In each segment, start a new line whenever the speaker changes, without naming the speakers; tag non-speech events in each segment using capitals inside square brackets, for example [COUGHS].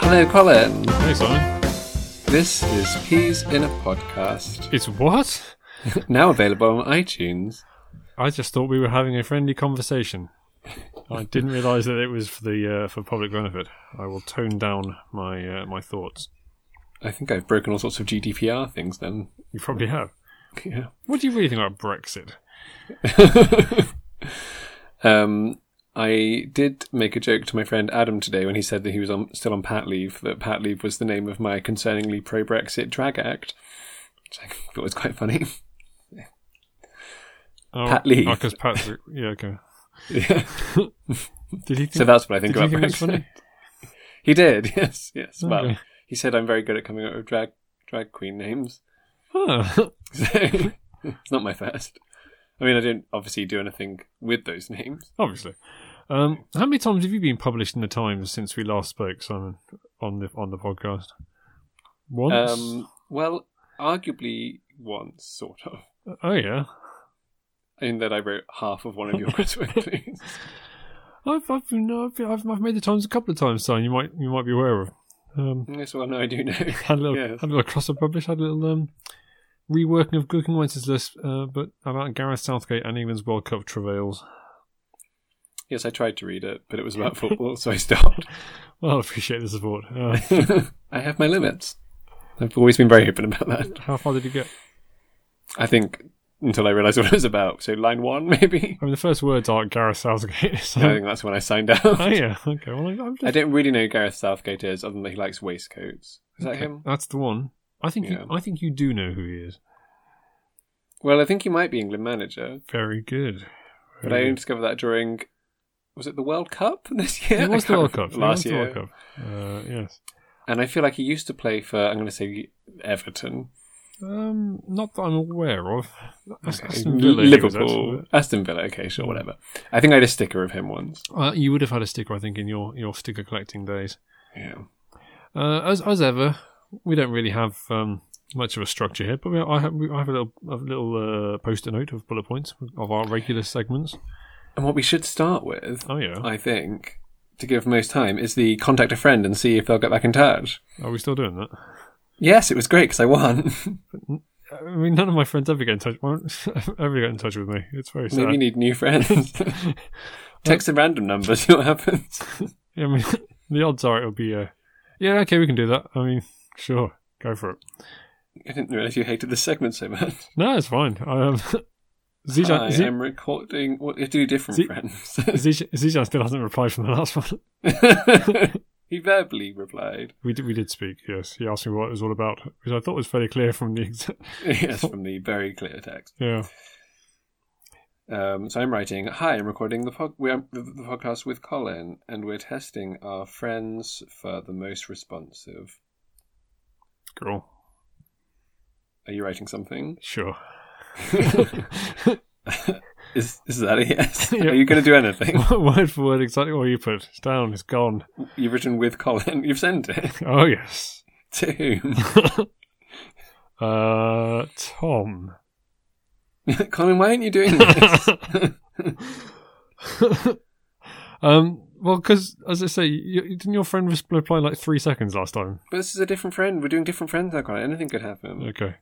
Hello, Colin.
Hey, Simon.
This is Peas in a Podcast,
It's what?
now available on iTunes.
I just thought we were having a friendly conversation. I didn't realise that it was for the uh, for public benefit. I will tone down my uh, my thoughts.
I think I've broken all sorts of GDPR things then.
You probably have.
Yeah. [LAUGHS]
What do you really think about Brexit?
Um, I did make a joke to my friend Adam today when he said that he was on, still on Pat Leave, that Pat Leave was the name of my concerningly pro Brexit drag act, which I [LAUGHS] thought was quite funny.
Oh,
Pat Lee.
Because Pat's yeah okay.
yeah.
Did he think?
So that's what I think
did he
about
think
Brexit.
it's funny?
He did, [LAUGHS] yes, yes. Well,
Okay.
he said I'm very good at coming up with drag, drag queen names.
Huh.
So it's [LAUGHS] not my first. I mean, I don't obviously do anything with those names.
[LAUGHS] Obviously. Um, how many times have you been published in the Times since we last spoke, Simon, on the on the podcast? Once.
Um, well, arguably once, sort of,
oh yeah.
in that I wrote half of one of your Christmas plays.
I've I've, been, I've, been- I've I've made the times a couple of times, Simon. You might you might be aware of. Um,
Yes, well, no, I do know.
had a little,
Yes.
had a little cross up publish, had a little um, reworking of Gooking Wenceslas, uh, but about Gareth Southgate and England's World Cup travails.
Yes, I tried to read it, but it was about football, so I stopped. [LAUGHS]
Well, I appreciate the support. Uh,
I have my limits. I've always been very open about that.
how far did you get?
I think until I realised what it was about. So line one, maybe.
I mean, the first words are Gareth Southgate. [LAUGHS] So,
I think that's when I signed out.
oh yeah, okay. Well, I,
I
I'm just,
don't really know who Gareth Southgate is, other than that he likes waistcoats. Is that him?
that's the one. I think
Yeah.
you, I think you do know who he is.
Well, I think he might be England manager,
Very good.
but I
Very
only
good.
discovered that during was it the World Cup [LAUGHS] this year?
He was
I
the
can't
World Cup
remember.
he
last
was the
year,
World Cup. Uh, yes.
and I feel like he used to play for I'm going to say Everton,
Um, not that I'm aware of. Aston
L-
Villa, he was at.
Liverpool, Aston Villa. Okay, sure, whatever. I think I had a sticker of him once.
Uh, you would have had a sticker, I think, in your, your sticker collecting days.
Yeah,
Uh, as as ever, we don't really have um, much of a structure here, but we, I have we, I have a little a little uh, post-it note of bullet points of our regular segments.
and what we should start with,
Oh yeah,
I think, to give most time is the contact a friend and see if they'll get back in touch.
are we still doing that?
Yes, it was great because I won. [LAUGHS]
I mean, none of my friends ever get in touch. [LAUGHS] ever get in touch with me? It's very sad.
Maybe you need new
[LAUGHS]
friends. [LAUGHS] Text a random number, see what happens.
Yeah, I mean, [LAUGHS] the odds are it'll be. Uh, yeah, okay, we can do that. I mean, sure, go for it.
I didn't realize you hated this segment so much.
No, it's fine. I, Um, [LAUGHS]
Hi,
Zijan, Z-
I'm recording. What you do different
Z-
friends?
Zijan, Zijan still hasn't replied from the last one. [LAUGHS]
[LAUGHS] he verbally replied, [LAUGHS]
We did, we did speak. Yes, he asked me what it was all about, which I thought was fairly clear from the exa- [LAUGHS]
yes, from the very clear text.
Yeah.
Um, so I'm writing, "Hi, I'm recording the, pod- we are, the, the podcast with Colin, and we're testing our friends for the most responsive."
Cool.
Are you writing something? [LAUGHS]
[LAUGHS] Sure.
Is is that a yes?
Yeah.
Are you going to do anything?
word for word, exactly what you put. It's down. It's gone.
You've written with Colin. You've sent it [LAUGHS]
Oh yes.
to whom? [LAUGHS]
Uh, [LAUGHS] Tom.
Colin, why aren't you doing [LAUGHS] this?
um. Well, because as I say, you, didn't your friend res- reply like three seconds last time?
but this is a different friend. We're doing different friends now, Colin. Anything could happen.
Okay.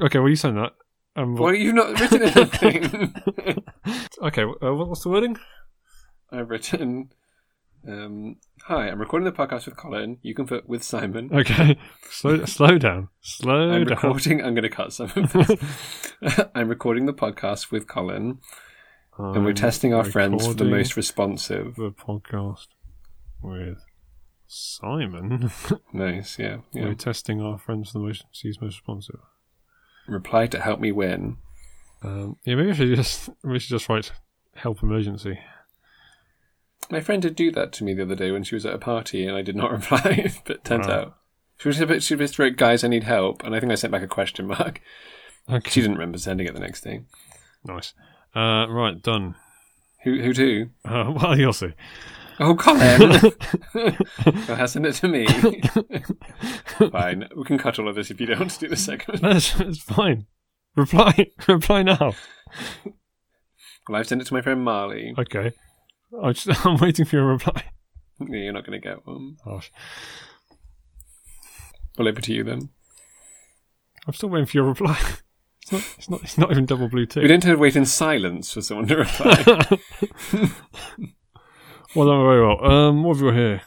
Okay. Well, you send that. Um,
Why have you not written anything?
okay. Uh, what- what's the wording?
I've written, um, "Hi, I'm recording the podcast with Colin. You can put with Simon.
Okay. [LAUGHS] Slow. slow down. Slow
I'm
down.
recording. I'm going to cut some of
[LAUGHS]
this. I'm recording the podcast with Colin, and we're
I'm
testing our friends for the
recording.
most responsive.
the podcast with Simon. [LAUGHS]
Nice, yeah, yeah.
We're testing our friends for the most sees most responsive.
Reply to help me win.
Um, yeah, maybe I should just we should just write help emergency.
My friend did do that to me the other day when she was at a party, and I did not [LAUGHS] reply. but turns
Wow.
out she was a bit. She just wrote, "Guys, I need help," and I think I sent back a question mark.
Okay,
She didn't remember sending it the next day.
nice. Uh, right, done.
Who who do?
Uh, [LAUGHS] well, you'll see.
Oh, Colin! well, send it to me. Fine. We can cut all of this if you don't want to do the second.
No, it's, it's fine. Reply, [LAUGHS] reply now.
Well, I've sent it to my friend Marley.
[LAUGHS] Okay, I'm, just, I'm waiting for your reply.
Yeah, you're not going to get one.
Gosh.
Well, over to you then.
I'm still waiting for your reply. [LAUGHS] It's not, it's not, it's not even double blue
We
tick.
don't have to wait in silence for someone to
[LAUGHS]
reply.
Well done, very well. Um, what have you got here?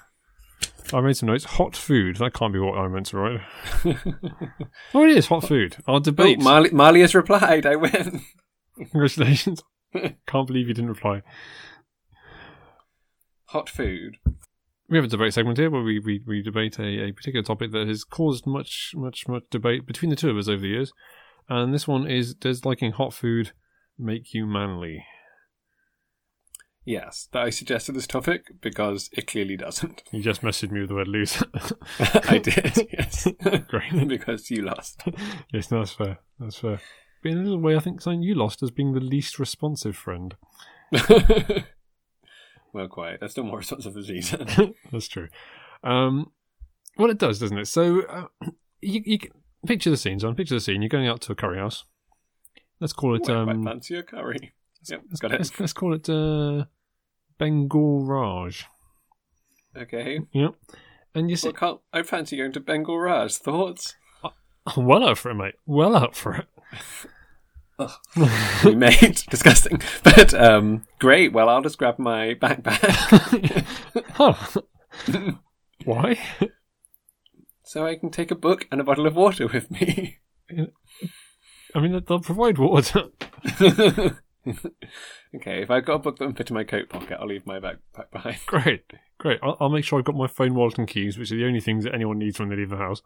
I made some notes. Hot food. That can't be what I meant to write. oh, it is hot food. Our
oh,
debate.
Marley, Marley has replied. I win.
Congratulations. can't believe you didn't reply.
Hot food.
we have a debate segment here where we, we, we debate a, a particular topic that has caused much, much, much debate between the two of us over the years. And this one is Does liking hot food make you manly?
Yes, that I suggested this topic because it clearly doesn't. [LAUGHS]
You just messaged me with the word loser. [LAUGHS]
I did, yes. [LAUGHS]
Great.
because you lost. [LAUGHS]
Yes, no, that's fair. That's fair. But in a little way, I think something you lost as being the least responsive friend.
well, quite. That's still more responsive as Zeta.
That's true. Um, well, it does, doesn't it? So uh, [CLEARS THROAT] you, you can- picture the scene, John. Picture the scene. You're going out to a curry house. Let's call it.
Quite,
um,
quite fancy a curry. Yep, got it.
Let's, let's call it uh, Bengal Raj.
Okay.
Yep. And you see,
Well, Carl, I fancy going to Bengal Raj. [LAUGHS] Thoughts? Oh.
[LAUGHS] well up for it, mate. Well up for
[LAUGHS]
it. [LAUGHS]
we made. Disgusting. [LAUGHS] But um, great. Well, I'll just grab my backpack
Huh. [LAUGHS] Why?
[LAUGHS] so I can take a book and a bottle of water with me. [LAUGHS]
I mean, they'll provide water.
okay, if I've got a book that will fit in my coat pocket, I'll leave my backpack behind. [LAUGHS]
great, great. I'll, I'll make sure I've got my phone, wallet, and keys, which are the only things that anyone needs when they leave the house.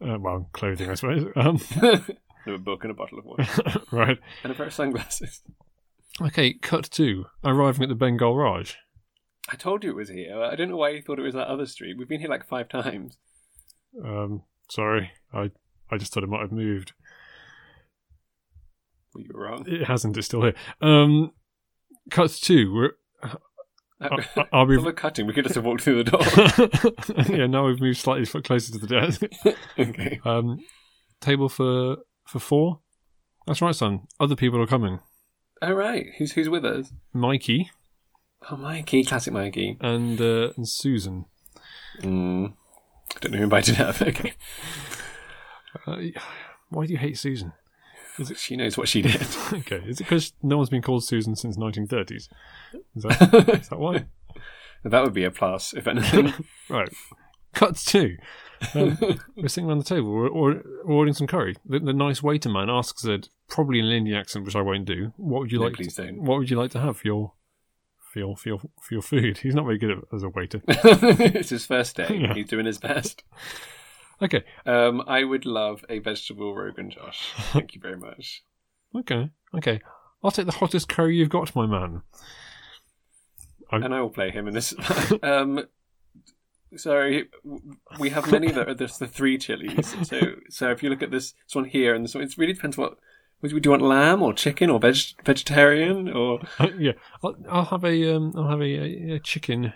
Uh, well, clothing, I suppose. [LAUGHS] Um,
With a book and a bottle of [LAUGHS] water
right.
and a pair of sunglasses.
Okay. Cut to arriving at the Bengal Raj.
I told you it was here. I don't know why you thought it was that other street. We've been here like five times.
Um, sorry, I I just thought it might have moved.
Well, you were [LAUGHS] wrong.
It hasn't. It's still here. Um, cut to we're. uh, I- I- I'll be
It's all cutting. We could just have walked through the door. [LAUGHS]
[LAUGHS] yeah, now we've moved slightly fo- closer to the desk. [LAUGHS]
okay.
Um, table for for four. That's right, son. Other people are coming.
All right. Who's who's with us?
Mikey
Oh, Mikey, classic Mikey.
and uh, and Susan.
Mm. I don't know who invited her. Okay,
Uh, why do you hate Susan? [LAUGHS]
she knows what she did.
Okay, is it because no one's been called Susan since 1930s? Is that, [LAUGHS] is that why?
That would be a plus, if anything.
Right. Cut two. Um, we're sitting around the table. We're, or- we're ordering some curry. The, the nice waiter man asks it, probably in an Indian accent, which I won't do. What would you
No,
like?
please
to,
don't.
What would you like to have for your for your, for your, for your food? [LAUGHS] He's not very good at, as a waiter.
[LAUGHS] it's his first day.
Yeah.
He's doing his best.
okay.
Um, I would love a vegetable rogan josh. Thank you very much.
Okay. Okay. I'll take the hottest curry you've got, my man.
And I will play him in this. [LAUGHS] um, sorry, w- we have many that are just the three chilies. So, so if you look at this, this one here and this one, it really depends what. Would you, do you want lamb or chicken or veg, vegetarian or
Uh, yeah. I'll, I'll have a um, I'll have a, a, a chicken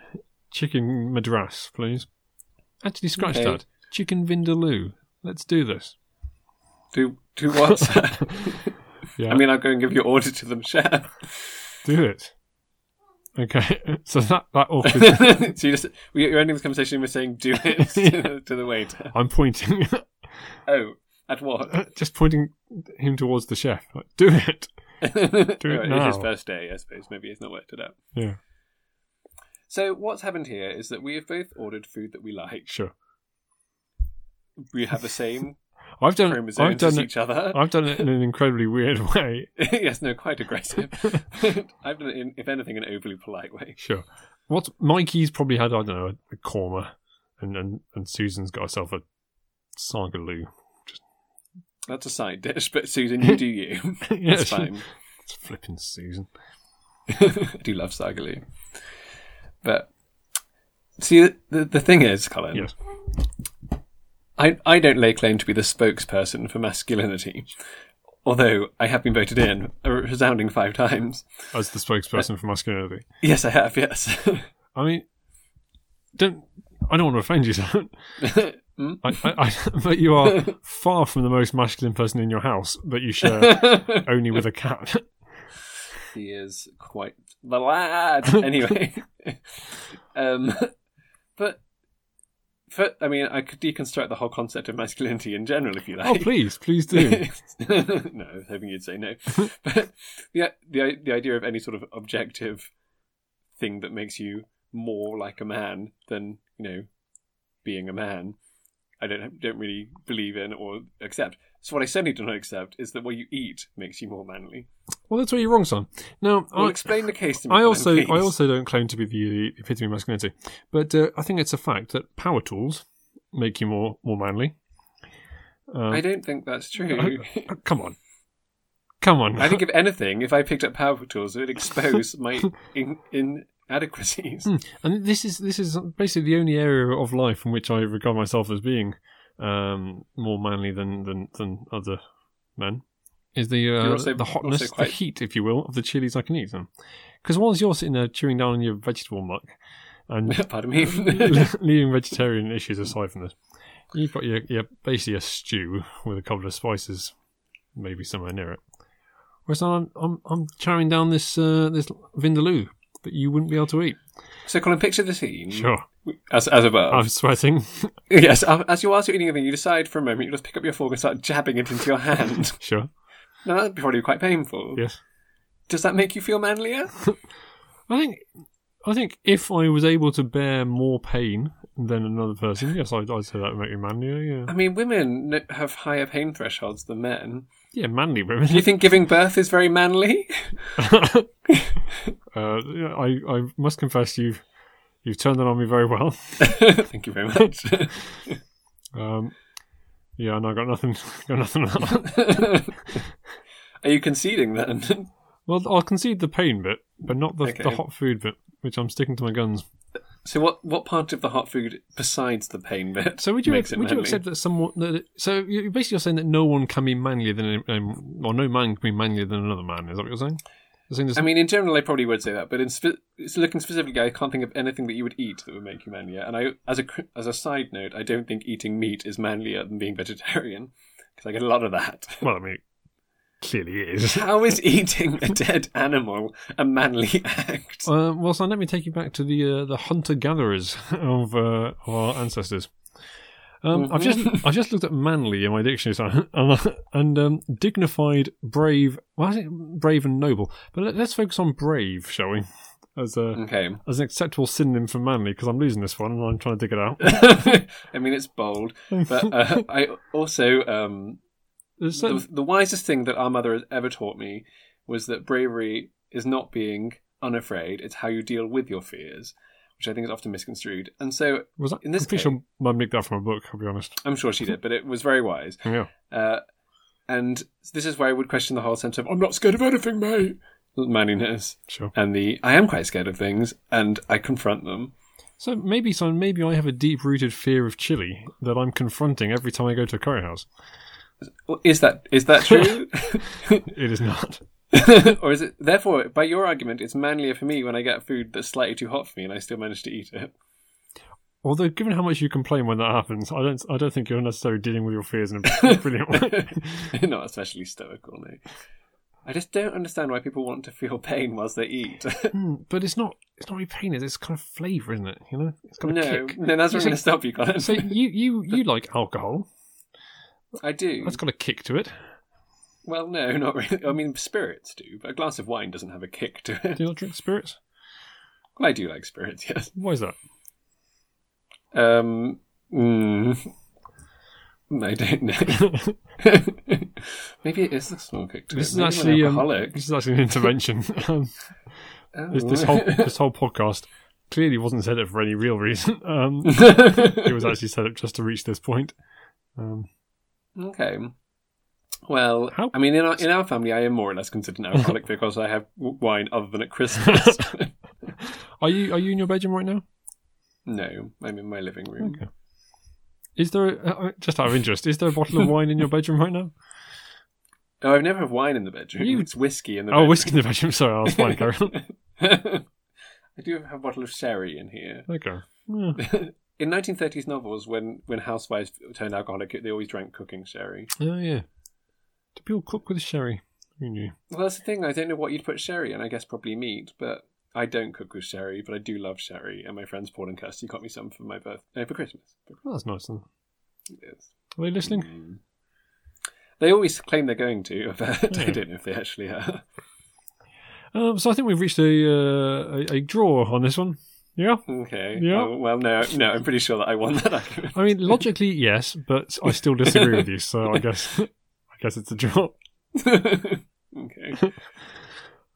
chicken madras, please. Actually, scratch
Okay.
that. Chicken vindaloo. Let's do this.
do do what?
[LAUGHS]
[LAUGHS]
Yeah.
I mean, I'll go and give your order to them,
[LAUGHS]
chef.
Do it. Okay, [LAUGHS] so that that oh,
so
awkward.
you just we- you're ending this conversation with saying do it
[LAUGHS]
to, the, [LAUGHS] to the waiter.
[LAUGHS] I'm pointing, [LAUGHS]
Oh, at what?
just pointing him towards the chef. Like, [LAUGHS] do it.
Right, It's
it now.
his first day, I suppose. Maybe he's not worked it out.
Yeah,
So what's happened here is that we have both ordered food that we like.
sure.
We have the same
[LAUGHS] I've done. I've
chromosomes as
done. It,
each
[LAUGHS]
other. [LAUGHS]
I've done it in an incredibly weird [LAUGHS] way.
yes, no, quite aggressive.
[LAUGHS]
[LAUGHS] I've done it in, if anything, an overly polite way.
Sure. What Mikey's probably had, I don't know, a, a korma, and, and and Susan's got herself a sagaloo.
That's a side dish, but Susan, you do you.
[LAUGHS] yeah,
It's
she-
fine.
It's flipping Susan.
I [LAUGHS] do love Sagaloo. But see, the, the thing is, Colin,
Yes.
I, I don't lay claim to be the spokesperson for masculinity, although I have been voted in a resounding five times.
As the
Uh,
spokesperson for masculinity.
Yes, I have, yes. [LAUGHS]
I mean, don't. I don't want to offend you, [LAUGHS] son.
Hmm?
I, I, I, but you
[LAUGHS]
are far from the most masculine person in your house that
[LAUGHS]
you share only with a cat. [LAUGHS]
he is quite the lad. anyway, um, But, but I mean, I could deconstruct the whole concept of masculinity in general if you like.
Oh, please,
[LAUGHS]
please do.
no, I was hoping you'd say
[LAUGHS]
no. but the, the the idea of any sort of objective thing that makes you more like a man than you know being a man, I don't don't really believe in or accept. So what I certainly do not accept is that what you eat makes you more manly.
well, that's where you're wrong, son. Now,
Well,
I,
explain the case to me.
I
then,
also,
please.
I also don't claim to be the epitome of masculinity, but uh, I think it's a fact that power tools make you more more manly.
I don't think that's
[LAUGHS]
true.
Uh, Come on, come on.
I think if anything, if I picked up power tools, it would expose
[LAUGHS]
my in- inadequacies.
and this is this is basically the only area of life in which I regard myself as being um, more manly than than, than other men is the uh,
You're also-
the hotness,
also quite-
the heat, if you will, of the chilies I can eat. Because whilst you're sitting there chewing down on your vegetable muck
[LAUGHS]
and
[LAUGHS]
[LAUGHS]
Pardon me.
leaving vegetarian issues aside from this, you've got your, your basically a stew with a couple of spices, maybe somewhere near it. Whereas I'm I'm, I'm chowing down this uh, this vindaloo that you wouldn't be able to eat.
so, Colin, picture the scene.
Sure.
As, as above. [LAUGHS]
I'm sweating. [LAUGHS]
Yes, um, as you are eating a thing, you decide for a moment, you just pick up your fork and start jabbing it into your hand.
Sure.
now, that'd be probably quite painful.
Yes.
Does that make you feel manlier?
I think I think if I was able to bear more pain than another person, yes, I'd, I'd say that would make me manlier. Yeah,
I mean, women n- have higher pain thresholds than men.
yeah, manly
Do you
women.
think giving birth is very manly? [LAUGHS]
uh, yeah, I I must confess you've you've turned it on me very well.
Thank you very much. [LAUGHS]
Um, yeah, and I got nothing. [LAUGHS] Got nothing. on
[LAUGHS]
that.
are you conceding then? [LAUGHS]
well, I'll concede the pain bit, but not the, the
Okay.
hot food bit, which I'm sticking to my guns.
so, what, what part of the hot food besides the pain bit?
So would you
makes it
would you
manly?
accept that someone that it- so you basically you're saying that no one can be manlier than um, or no man can be manlier than another man? Is that what you're saying? You're saying there's-
I mean, in general, I probably would say that, but in spe- it's looking specifically, I can't think of anything that you would eat that would make you manlier. And I, as a cr- as a side note, I don't think eating meat is manlier than being vegetarian because I get a lot of that.
[LAUGHS] well, I mean, it clearly is.
How is [LAUGHS] eating a dead animal a manly [LAUGHS] act?
Uh, well, so let me take you back to the uh, the hunter gatherers [LAUGHS] of, uh, of our ancestors. Um, I've just I've just looked at manly in my dictionary, so, [LAUGHS] and, and um, dignified, brave. Well, I think brave and noble, but let, let's focus on brave, shall we? As
[LAUGHS]
a
Okay,
as an acceptable synonym for manly, because I'm losing this one and I'm trying to dig it out.
I mean it's bold, but
[LAUGHS]
uh, I also um,
There's certain-
the, the wisest thing that our mother has ever taught me was that bravery is not being unafraid; it's how you deal with your fears, which I think is often misconstrued. And so
Was that,
in this
I'm pretty sure I nicked that from a book, I'll be honest.
I'm sure she did, but it was very wise.
Yeah.
Uh, and this is where I would question the whole sense of "I'm not scared of anything, mate" manliness,
Sure.
and the "I am quite scared of things and I confront them."
So maybe, so maybe I have a deep rooted fear of chili that I'm confronting every time I go to a curry house.
Well, Is that is that
[LAUGHS]
true, [LAUGHS]
It is not. [LAUGHS]
or is it? Therefore, by your argument, it's manlier for me when I get food that's slightly too hot for me and I still manage to eat it. [LAUGHS]
Although, given how much you complain when that happens, I don't, I don't think you're necessarily dealing with your fears in
[LAUGHS]
a brilliant way.
not especially stoical, no. I just don't understand why people want to feel pain whilst they eat.
Hmm, but it's not, it's not really pain. It's kind of flavour, isn't it? You know, it's got
[LAUGHS]
a
no,
kick.
no, that's where I'm
So-
going to stop you, Colin.
So you, you, you like alcohol?
I do.
That's got a kick to it.
Well, no, not really. I mean, spirits do, but a glass of wine doesn't have a kick to it. [LAUGHS]
Do you not drink spirits?
Well, I do like spirits, [LAUGHS] yes.
Why is that? [LAUGHS]
Um, mm, I don't know. [LAUGHS] Maybe it is the small kick to it.
This is
Maybe I'm an
actually um,
alcoholic.
this is actually an intervention. [LAUGHS] um,
Oh. [LAUGHS]
This, this whole this whole podcast clearly wasn't set up for any real reason. [LAUGHS] Um, it was actually set up just to reach this point. Um,
[LAUGHS] okay. Well,
How-
I mean, in our in our family, I am more or less considered an
[LAUGHS]
alcoholic because I have w- wine other than at Christmas. [LAUGHS]
are you are you in your bedroom right now?
no, I'm in my living room.
Okay. Is there a, uh, just out of interest? Is there a bottle of wine in your bedroom right now?
Oh, I've never had wine in the bedroom.
You-
It's whiskey in the
Oh, whiskey in the bedroom. Sorry, I was [LAUGHS] fine. Carry on.
bedroom. [LAUGHS] I do have a bottle of sherry in here.
Okay. Yeah.
in 1930s novels, when, when housewives turned alcoholic, they always drank cooking sherry.
Oh yeah. Do people cook with sherry? Who knew?
Well, that's the thing. I don't know what you'd put sherry in. I guess probably meat, but I don't cook with sherry, but I do love sherry, and my friends Paul and Kirsty got me some for my birth no, for Christmas. For
Oh, that's nice. Then.
Christmas. Mm.
Are they listening?
They always claim they're going to, [LAUGHS] but I
Yeah.
don't know if they actually are. [LAUGHS]
Um, so I think we've reached a, uh, a a draw on this one. Yeah.
Okay.
Yeah.
Oh, well, no, no, I'm pretty sure that I won that [LAUGHS]
[LAUGHS]
argument.
I mean, logically, yes, but I still disagree with you. So I guess [LAUGHS] I guess it's a draw.
okay.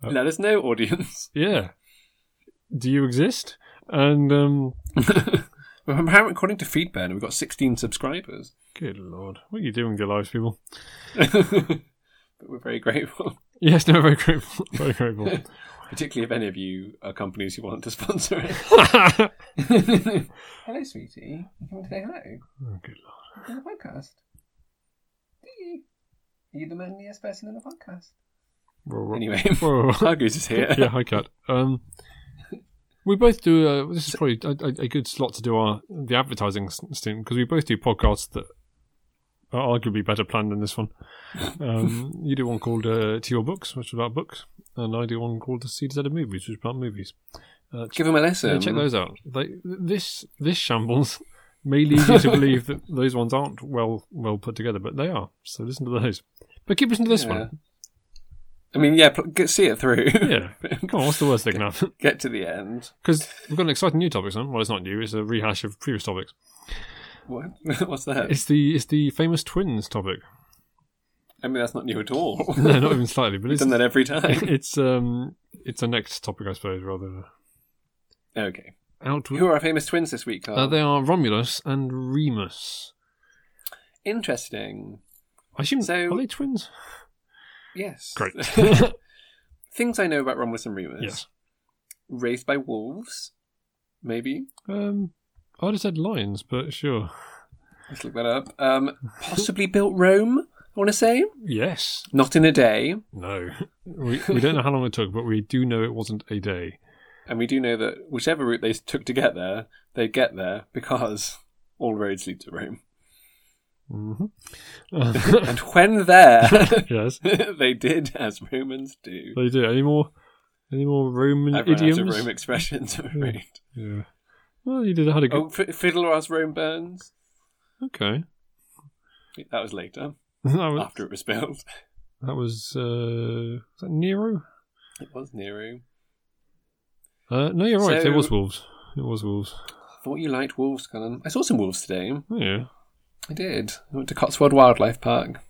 Uh,
Let us know, audience.
Yeah. Do you exist? And um,
[LAUGHS] Well, apparently, according to Feedburner, we've got 16 subscribers. [LAUGHS]
good lord, what are you doing with your lives, people?
but we're very grateful, [LAUGHS]
Yes, no, very grateful, [LAUGHS] very grateful.
particularly if any of you are companies who want to sponsor it.
oh,
[LAUGHS] hello, sweetie. You come to say hello
good lord.
to the podcast? Do you? Are you the manliest person in the podcast?
Whoa, whoa.
Anyway, [LAUGHS]
Whoa, whoa, whoa.
Argus is here.
[LAUGHS] yeah, hi, Kat. Um, we both do. Uh, this is probably a, a- a good slot to do our the advertising s- stint because we both do podcasts that are arguably better planned than this one. [LAUGHS] Um, you do one called uh, "To Your Books," which is about books, and I do one called "The Seeds Out of Movies," which is about movies.
Give him a lesson.
Yeah, check those out. They, this this shambles may
[LAUGHS]
lead you to believe that those ones aren't well well put together, but they are. So listen to those. But keep listening to this
Yeah.
one.
I mean, yeah, pl- get- see it through.
Yeah. Come on, what's the worst that can happen?
[LAUGHS] Get to the end.
Because we've got an exciting new topic, son. Well, it's not new. It's a rehash of previous topics.
What? [LAUGHS] What's that?
It's the it's the famous twins topic. [LAUGHS]
I mean, that's not new at all.
No, not even slightly, but
We've
it's
done that every
[LAUGHS]
time.
it's um it's a next topic, I suppose, rather.
okay.
Out.
Who are our famous twins this week, Carl?
Uh, they are Romulus and Remus.
Interesting.
I assume
So-
are they twins?
Yes.
Great.
[LAUGHS]
[LAUGHS]
Things I know about Romulus and Remus.
yes.
Raised by wolves, maybe.
Um, I'd have said lions, but sure.
Let's look that up. Um, possibly built Rome, I want to say.
Yes.
Not in a day.
No. We, we don't know how long it took, but we do know it wasn't a day.
And we do know that whichever route they took to get there, they'd get there because all roads lead to
[LAUGHS]
Rome.
hmm
And when there,
Mm-hmm. [LAUGHS]
[LAUGHS]
yes.
they did as Romans do.
They do. Any more? Any more Roman
I've run out of
idioms?
Rome expressions, I'm afraid.
[LAUGHS] Yeah. Well, you did. Had a good.
Oh, F- Fiddler as Rome burns. Oh.
Okay. [LAUGHS]
That was later,
that was.
after it was built.
That was. Uh, was that Nero?
It was Nero.
Uh, no, you're right.
So-
it was wolves. It was wolves.
Thought you liked wolves, Cullen. I saw some wolves today.
Oh, yeah.
I did. I went to Cotswold Wildlife Park.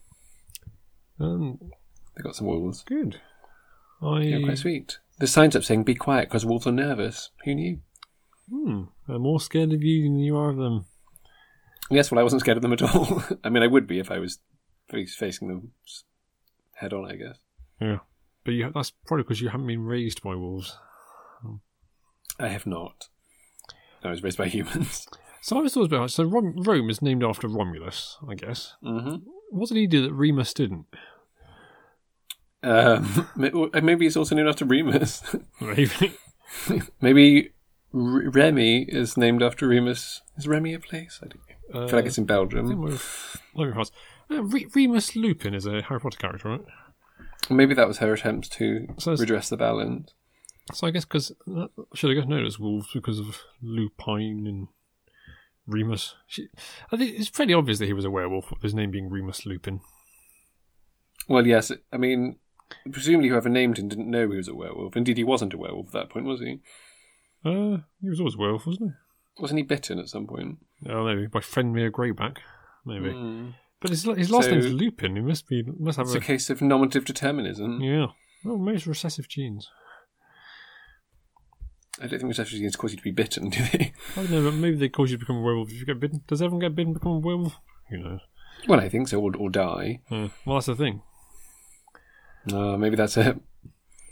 Um,
They got some wolves.
good. I.
Yeah, quite sweet. The sign's up saying, be quiet because wolves are nervous. Who knew?
hmm, I'm more scared of you than you are of them.
Yes, well, I wasn't scared of them at all. [LAUGHS] I mean, I would be if I was face- facing them s- head on, I guess.
Yeah. But you, that's probably because you haven't been raised by wolves.
I have not. I was raised by humans. [LAUGHS]
So I was thought about so Rom- Rome is named after Romulus, I guess.
hmm
What did he do that Remus didn't? [LAUGHS]
Um, [LAUGHS] may- or- maybe he's also named after Remus. [LAUGHS]
Maybe.
maybe R- Remy is named after Remus. Is Remy a place? I, don't know.
uh,
I feel like it's in Belgium.
Re- Remus Lupin is a Harry Potter character, right?
Maybe that was her attempt to
So it's-
redress the balance.
So I guess because should I guess known as wolves because of Lupine and Remus. She, I think it's pretty obvious that he was a werewolf. with His name being Remus Lupin.
Well, yes. I mean, presumably whoever named him didn't know he was a werewolf. Indeed, he wasn't a werewolf at that point, was he?
Uh, he was always a werewolf, wasn't
Wasn't he bitten at some point?
he? Oh, maybe by Fenrir Greyback, maybe.
Mm.
But his, his last
So-
name's Lupin. He must be must have
It's
a,
a case of nominative determinism.
yeah. Well, maybe it's recessive genes.
I don't think recessive genes cause you to be bitten, do they?
I don't know, but maybe they cause you to become a werewolf if you get bitten. Does everyone get bitten and become a werewolf? Who knows?
[LAUGHS] Well, I think so, or, or die.
Uh, well, that's the thing.
Uh, maybe that's it.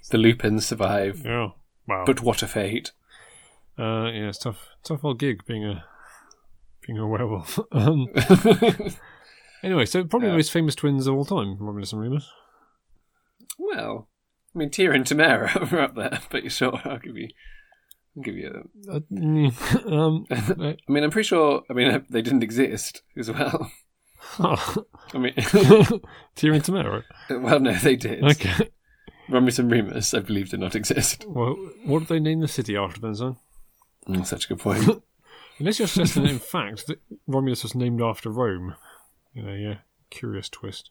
The Lupins survive.
Yeah. Wow.
But what a fate. [LAUGHS]
uh, yeah, it's tough, tough old gig being a being a werewolf. [LAUGHS] um, anyway, so probably the
Yeah.
most famous twins of all time, Romulus and Remus.
well, I mean, Tyr and Tamara [LAUGHS] are up there, but you sure, I'll give you. I'll give you them.
Uh, [LAUGHS] mm, um, [LAUGHS] uh,
I mean, I'm pretty sure. I mean, [LAUGHS] they didn't exist as well.
huh.
I mean, [LAUGHS]
Tyr and Tamara.
well, no, they did.
Okay.
Romulus and Remus, I believe, did not exist.
Well, what did they name the city after then, son?
Mm, such a good point.
Unless you're suggesting, that, in fact, that Romulus was named after Rome. You know, yeah, curious twist.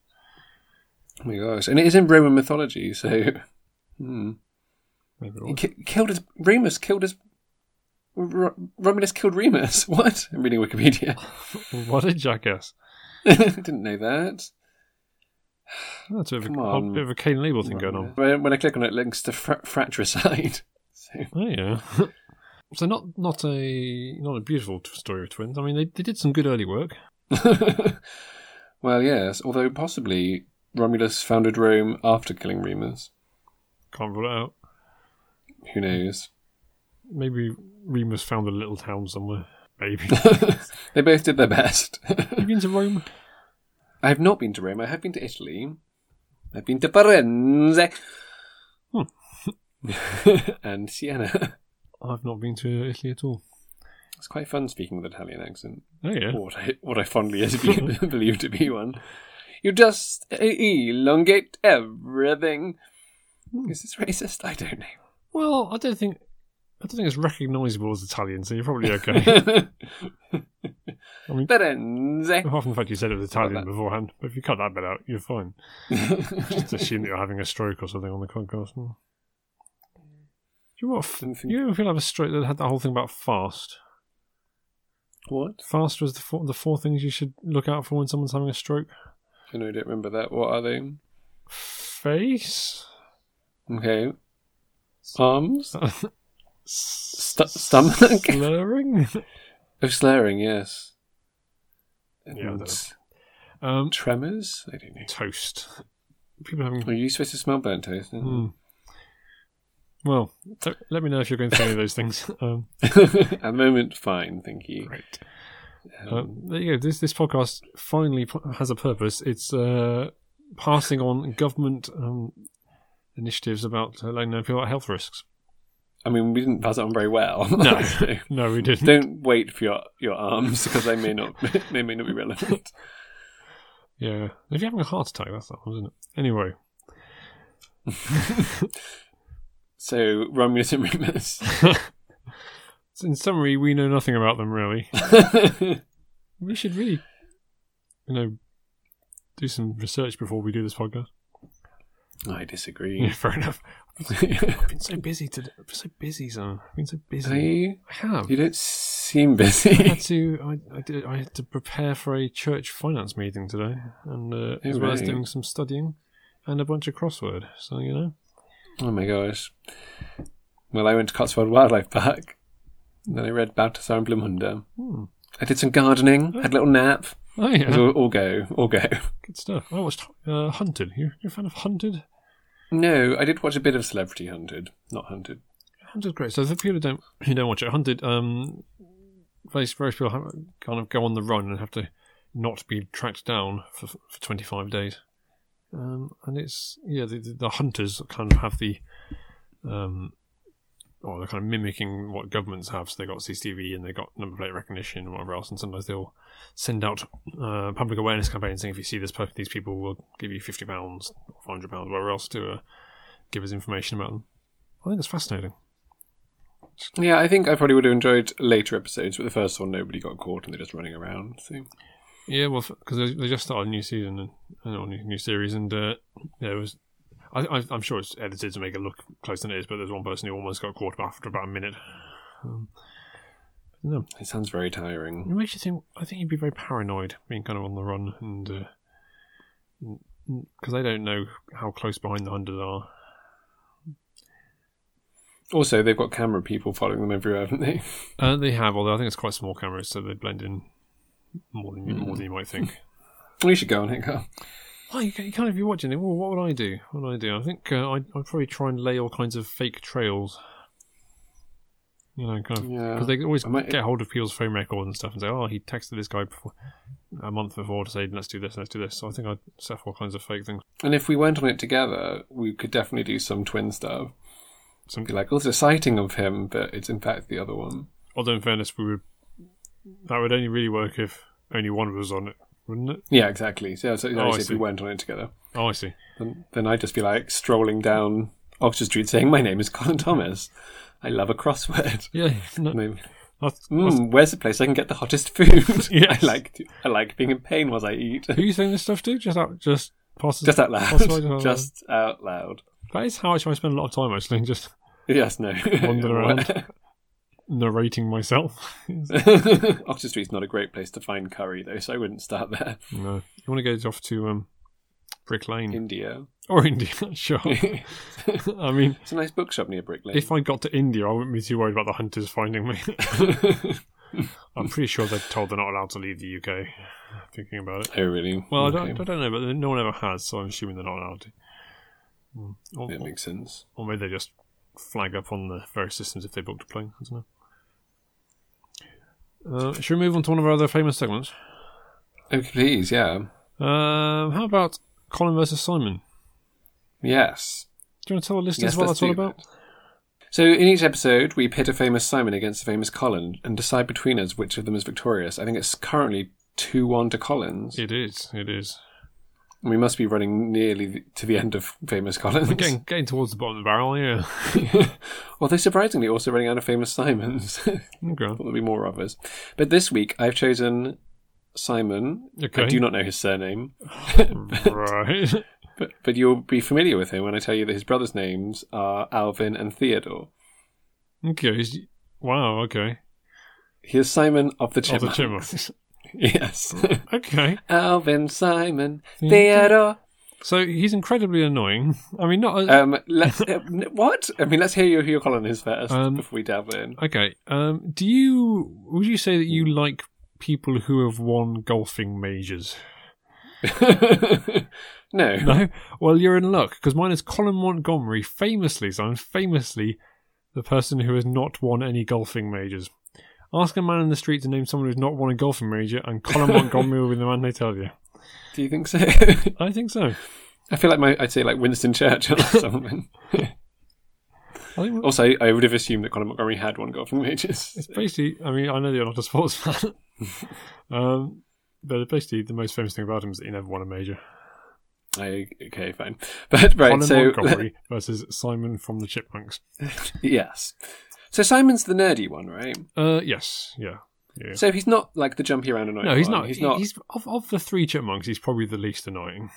oh my gosh. And it is in Roman mythology, so. Hmm.
Maybe it
He
was.
ki- killed his. Remus killed his. R- Romulus killed Remus. [LAUGHS] What? I'm reading Wikipedia. [LAUGHS]
What a jackass!
Didn't know that.
That's a bit, of
Come
a,
on.
bit of a Cain label thing going on.
When, when I click on it, it links to fra- fratricide. [LAUGHS] So,
Oh yeah. [LAUGHS] so not not a not a beautiful t- story of twins. I mean, they they did some good early work.
well, yes. Although possibly Romulus founded Rome after killing Remus.
Can't rule it out.
Who knows? [LAUGHS]
Maybe Remus found a little town somewhere. Maybe.
they both did their best. [LAUGHS]
Have you been to Rome?
I have not been to Rome. I have been to Italy. I've been to Firenze Hmm. [LAUGHS] and Siena. [LAUGHS]
I've not been to Italy at all.
It's quite fun speaking with an Italian accent.
Oh yeah.
Or What I, what I fondly is- [LAUGHS]
[LAUGHS]
believe to be one. You just elongate everything.
Hmm.
Is this racist? I don't
Well, I don't think I don't think it's recognisable as Italian, so you're probably okay. [LAUGHS]
know. [LAUGHS]
I mean-
Firenze.
Apart from the fact you said it was Italian
that.
beforehand, but if you cut that bit out, you're fine. Just assume that you're having a stroke or something on the podcast. Hmm. Do you know what? f-
Didn't think-
You ever feel like a stroke that had that whole thing about fast?
[LAUGHS] What?
Fast was the four, the four things you should look out for when someone's having a stroke.
I know I don't remember that. What are they?
Face,
Okay. Arms?
S-
St- stomach?
slurring.
Oh, slurring, yes. And
Yeah, I don't um,
tremors? I don't know.
toast. People having.
Are you supposed to smell burnt toast?
Hmm. Well, t- let me know if you're going through any of those things. Um,
[LAUGHS] A moment, fine, thank you.
Great. Uh,
Um,
there you go. This this podcast finally p- has a purpose. It's uh, passing on government um, initiatives about uh, letting know people about health risks.
I mean, we didn't pass it on very well. [LAUGHS]
No.
So-
No, we didn't.
Don't wait for your, your arms because they may not [LAUGHS] they may not be relevant.
yeah, if you're having a heart attack, that's that one, isn't it? Anyway, [LAUGHS]
So Romulus and Remus. [LAUGHS]
so in summary, we know nothing about them really. we should really, you know, do some research before we do this podcast.
I
Yeah, [LAUGHS]
disagree.
fair enough.
Are [LAUGHS]
I've been so busy today. I've been so busy, son. I've been so busy.
you?
I have.
You don't seem
I had [LAUGHS]
busy. [LAUGHS]
to I, I, did, I had to prepare for a church finance meeting today, and uh, as
Oh,
well as
right.
doing some studying and a bunch of crossword. So you know,
Oh my gosh. Well, I went to Cotswold Wildlife Park. And then I read Baltasar and Blamunda.
Hmm.
I did some gardening. Had a little nap.
oh
It was
yeah,
all, all go, all go. [LAUGHS]
good stuff. I watched uh, Hunted. You you a fan of Hunted?
No, I did watch a bit of Celebrity Hunted, not Hunted.
Hunted's great. So for people who don't who don't watch it, Hunted um, various various people have, kind of go on the run and have to not be tracked down for for twenty five days. Um, and it's yeah, the, the, the hunters kind of have the um, or they're kind of mimicking what governments have. So they got CCTV and they got number plate recognition and whatever else. And sometimes they'll send out uh, public awareness campaigns saying if you see this person, these people will give you fifty pounds, or five hundred pounds, whatever else to uh, give us information about them. I think it's fascinating.
Yeah, I think I probably would have enjoyed later episodes, but the first one nobody got caught and they're just running around. So
Yeah, well, because they, they just started a new season and and a new, new series, and uh, yeah, it was. I, I, I'm sure it's edited to make it look closer than it is, but there's one person who almost got caught up after about a minute. Um, no,
it sounds very
it
tiring.
makes you think. I think you'd be very paranoid being kind of on the run, and uh, because they don't know how close behind the hunters are.
Also, they've got camera people following them everywhere, haven't they? [LAUGHS]
Uh, they have, although I think it's quite small cameras, so they blend in more than you, more than you might think.
We should go on it, Carl.
Oh, you can't, you can't if you're watching it. Well, what would I do? What would I do? I think uh, I'd, I'd probably try and lay all kinds of fake trails. You know, kind of
Yeah.
because they can always
I might-
get hold of people's phone records and stuff and say, "Oh, he texted this guy before, a month before to say let's do this, let's do this." So I think I'd set up all kinds of fake things.
And if we went on it together, we could definitely do some twin stuff.
Some-
Be like, oh, there's a sighting of him, but it's in fact the other one.
Although, in fairness, we would that would only really work if only one of us was on it. wouldn't it?
Yeah, exactly. So, so
Oh, I
obviously if
see.
we weren't on it together,
Oh, I see.
then, then I'd just be like strolling down Oxford Street saying, "My name is Colin Thomas. I love a crossword."
Yeah, [LAUGHS] no,
And they-
that's, that's-
Mm, where's the place I can get the hottest
[LAUGHS]
food? [LAUGHS]
Yes.
I like to, I like being in pain while I eat. [LAUGHS]
who you saying this stuff to? Just out, just possibly.
Just out loud.
That's right,
[LAUGHS]
uh,
Just out loud.
that is how I try to spend a lot of time actually, just
Yes, no. [LAUGHS]
Wander around. narrating myself.
Oxford Street's not a great place to find curry though, so I wouldn't start there.
[LAUGHS] no, you want to go off to um, Brick Lane
India.
or India? [LAUGHS] Sure.
[LAUGHS] it's
I [LAUGHS] mean,
a nice bookshop near Brick Lane.
if I got to India, I wouldn't be too worried about the hunters finding me. [LAUGHS] I'm pretty sure they're told they're not allowed to leave the UK. Thinking about it.
[LAUGHS] oh really?
Well, I,
Okay.
don't, I don't know, but no one ever has, so I'm assuming they're not allowed to. Mm. Or,
That makes sense.
or maybe they just flag up on the various systems if they booked a plane. I don't know. Uh, should we move on to one of our other famous segments?
Okay, Oh, please, yeah.
Um, how about Colin versus Simon?
Yes.
Do you want to tell the listeners
Yes,
what
let's
that's all
do
about?
So in each episode, we pit a famous Simon against a famous Colin and decide between us which of them is victorious. I think it's currently 2 1 to Collins.
It is. It is.
We must be running nearly th- to the end of famous Collins.
Getting, getting towards the bottom of the barrel, yeah.
[LAUGHS] Although surprisingly, also running out of famous Simons. [LAUGHS]
Okay.
There'll be more of us. But this week, I've chosen Simon.
Okay.
I do not know his surname, [LAUGHS]
right.
but, but you'll be familiar with him when I tell you that his brothers' names are Alvin and Theodore.
Okay. he's- Wow, okay.
He is Simon of the
Oh, the
Chipmunk.
chipmunks.
[LAUGHS] yes. [LAUGHS]
Okay.
Alvin, Simon, Theodore.
So he's incredibly annoying. I mean, not.
Um, let's, uh, n- what? I mean, let's hear your, your Colin is first
Um,
before we delve in.
Okay. Um, do you would you say that you like people who have won golfing majors?
[LAUGHS] no.
No. [LAUGHS] Well, you're in luck because mine is Colin Montgomery, famously. So I'm famously the person who has not won any golfing majors. Ask a man in the street to name someone who's not won a golfing major, and
[LAUGHS]
Colin Montgomery will be the man they tell you.
Do you think so? [LAUGHS]
I think so.
I feel like my, I'd say like Winston Churchill
[LAUGHS]
or something.
I think
Also, I, I would have assumed that Conor Montgomery had one golfing majors.
[LAUGHS] it's basically. I mean, I know that you're not a
[LAUGHS]
sports fan, um, but basically the most famous thing about him is that he never won a major.
I, okay, fine. But right,
Colin
so
Montgomery versus Simon from the Chipmunks.
[LAUGHS] yes. So Simon's the nerdy one, right?
Uh, yes, yeah. Yeah.
So he's not like the jumpy around annoying.
No, he's
one.
not.
He's not. He's,
He's of, of the three chipmunks. He's probably the least annoying.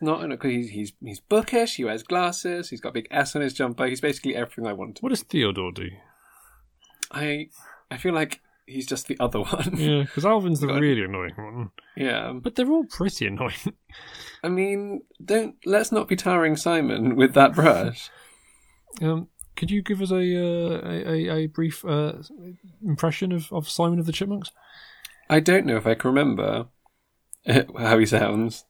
not. anno- 'cause He's, he's he's bookish. He wears glasses. He's got a big S on his jumper. He's basically everything I want.
What does Theodore do?
I I feel like he's just the other [LAUGHS] one.
Yeah, because Alvin's the
Got it.
really annoying one.
yeah.
But they're all pretty annoying. [LAUGHS]
I mean, don't let's not be tarring Simon with that brush.
Um, could you give us a uh, a, a, a brief uh, impression of, of Simon of the Chipmunks?
I don't know if I can remember uh, how he sounds.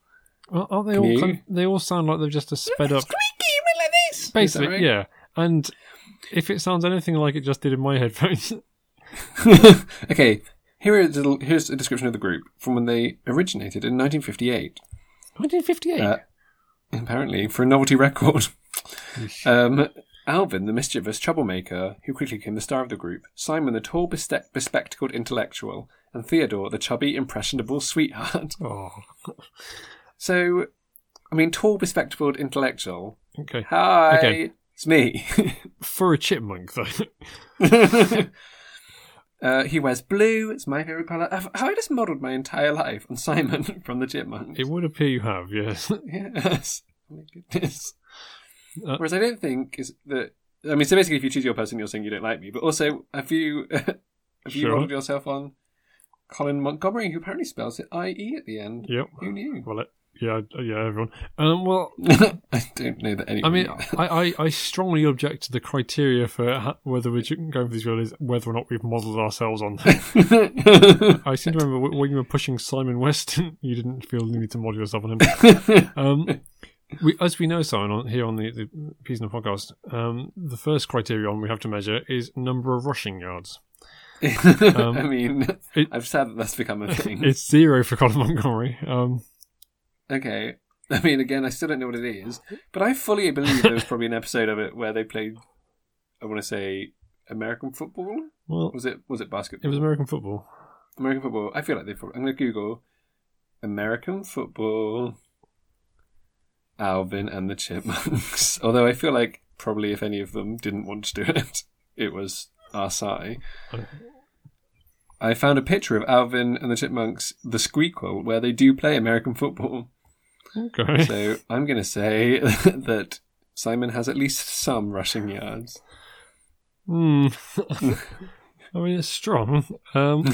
Well, aren't they
Can
all?
you?
Kind of, they all sound like they've just a sped up.
Squeaky, like this.
Basically, yeah. And if it sounds anything like it just did in my [LAUGHS] headphones,
[LAUGHS] okay, here is a little, here's a description of the group from when they originated in 1958,
1958.
Uh, apparently for a novelty [LAUGHS] record. um, Alvin, the mischievous troublemaker, who quickly became the star of the group, Simon, the tall, beste- bespectacled intellectual, and Theodore, the chubby, impressionable sweetheart.
oh,
So, I mean, tall, bespectacled intellectual.
okay.
Hi,
Okay.
it's me. [LAUGHS]
For a chipmunk, though. [LAUGHS]
Uh, he wears blue. It's my favorite color. Have, have I just modelled my entire life on Simon [LAUGHS] from the Chipmunks?
It would appear you have, yes. [LAUGHS]
Yes. Oh my goodness.
Uh,
Whereas I don't think is that. I mean, so basically, if you choose your person, you're saying you don't like me. But also, have [LAUGHS] you have you
Sure.
modelled yourself on Colin Montgomery, who apparently spells it I E at the end?
yep.
Who knew? [LAUGHS]
Well, it, yeah, yeah, everyone. Um, well,
I don't know that
I
anyone.
mean,
knew that.
I, I, I strongly object to the criteria for ha- whether we're going for these people is whether or not we've modelled ourselves on them. I seem to remember wh- when you were pushing Simon Weston, [LAUGHS] you didn't feel the need to model yourself on him. [LAUGHS]
[LAUGHS]
um, we, as we know, Simon, on, here on the, the Peas and the podcast, um, the first criterion we have to measure is number of rushing yards.
[LAUGHS] I mean,
Um, it-
I'm sad that that's become
[LAUGHS]
a thing.
It's zero for Colin Montgomery. Um,
Okay. I mean, again, I still don't know what it is, but I fully believe there was probably an episode of it where they played. I want to say American football.
well,
Was it? Was it
it
basketball?
was American football.
American football. I feel like they. have I'm going to Google American football, Alvin and the Chipmunks. [LAUGHS] Although I feel like probably if any of them didn't want to do it, it was Arsai. I found a picture of Alvin and the Chipmunks, the Squeakquel, where they do play American football. [LAUGHS]
Okay.
So I'm going to say [LAUGHS] that Simon has at least some rushing yards. [LAUGHS]
Hmm. [LAUGHS] I mean, it's strong. Um,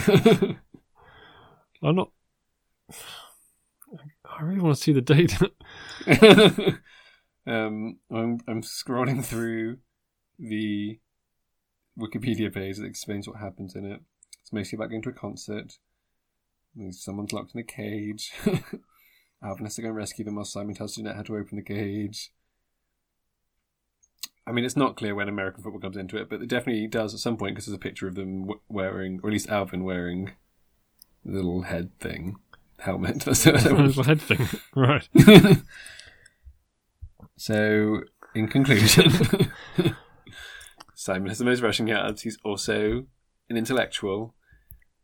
I'm not. I really want to see the [LAUGHS] data.
[LAUGHS] um, I'm, I'm scrolling through the Wikipedia page that explains what happens in it. It's mostly about going to a concert. There's- Someone's locked in a cage. [LAUGHS] Alvin has to go and rescue them while Simon tells Jeanette how to open the cage. I mean, it's not clear when American football comes into it, but it definitely does at some point because there's a picture of them w- wearing, or at least Alvin wearing, the little head thing, helmet. [LAUGHS] That's the other one.
Little head [LAUGHS] thing, right?
[LAUGHS] So, in conclusion, [LAUGHS] Simon has the most rushing yards. He's also an intellectual.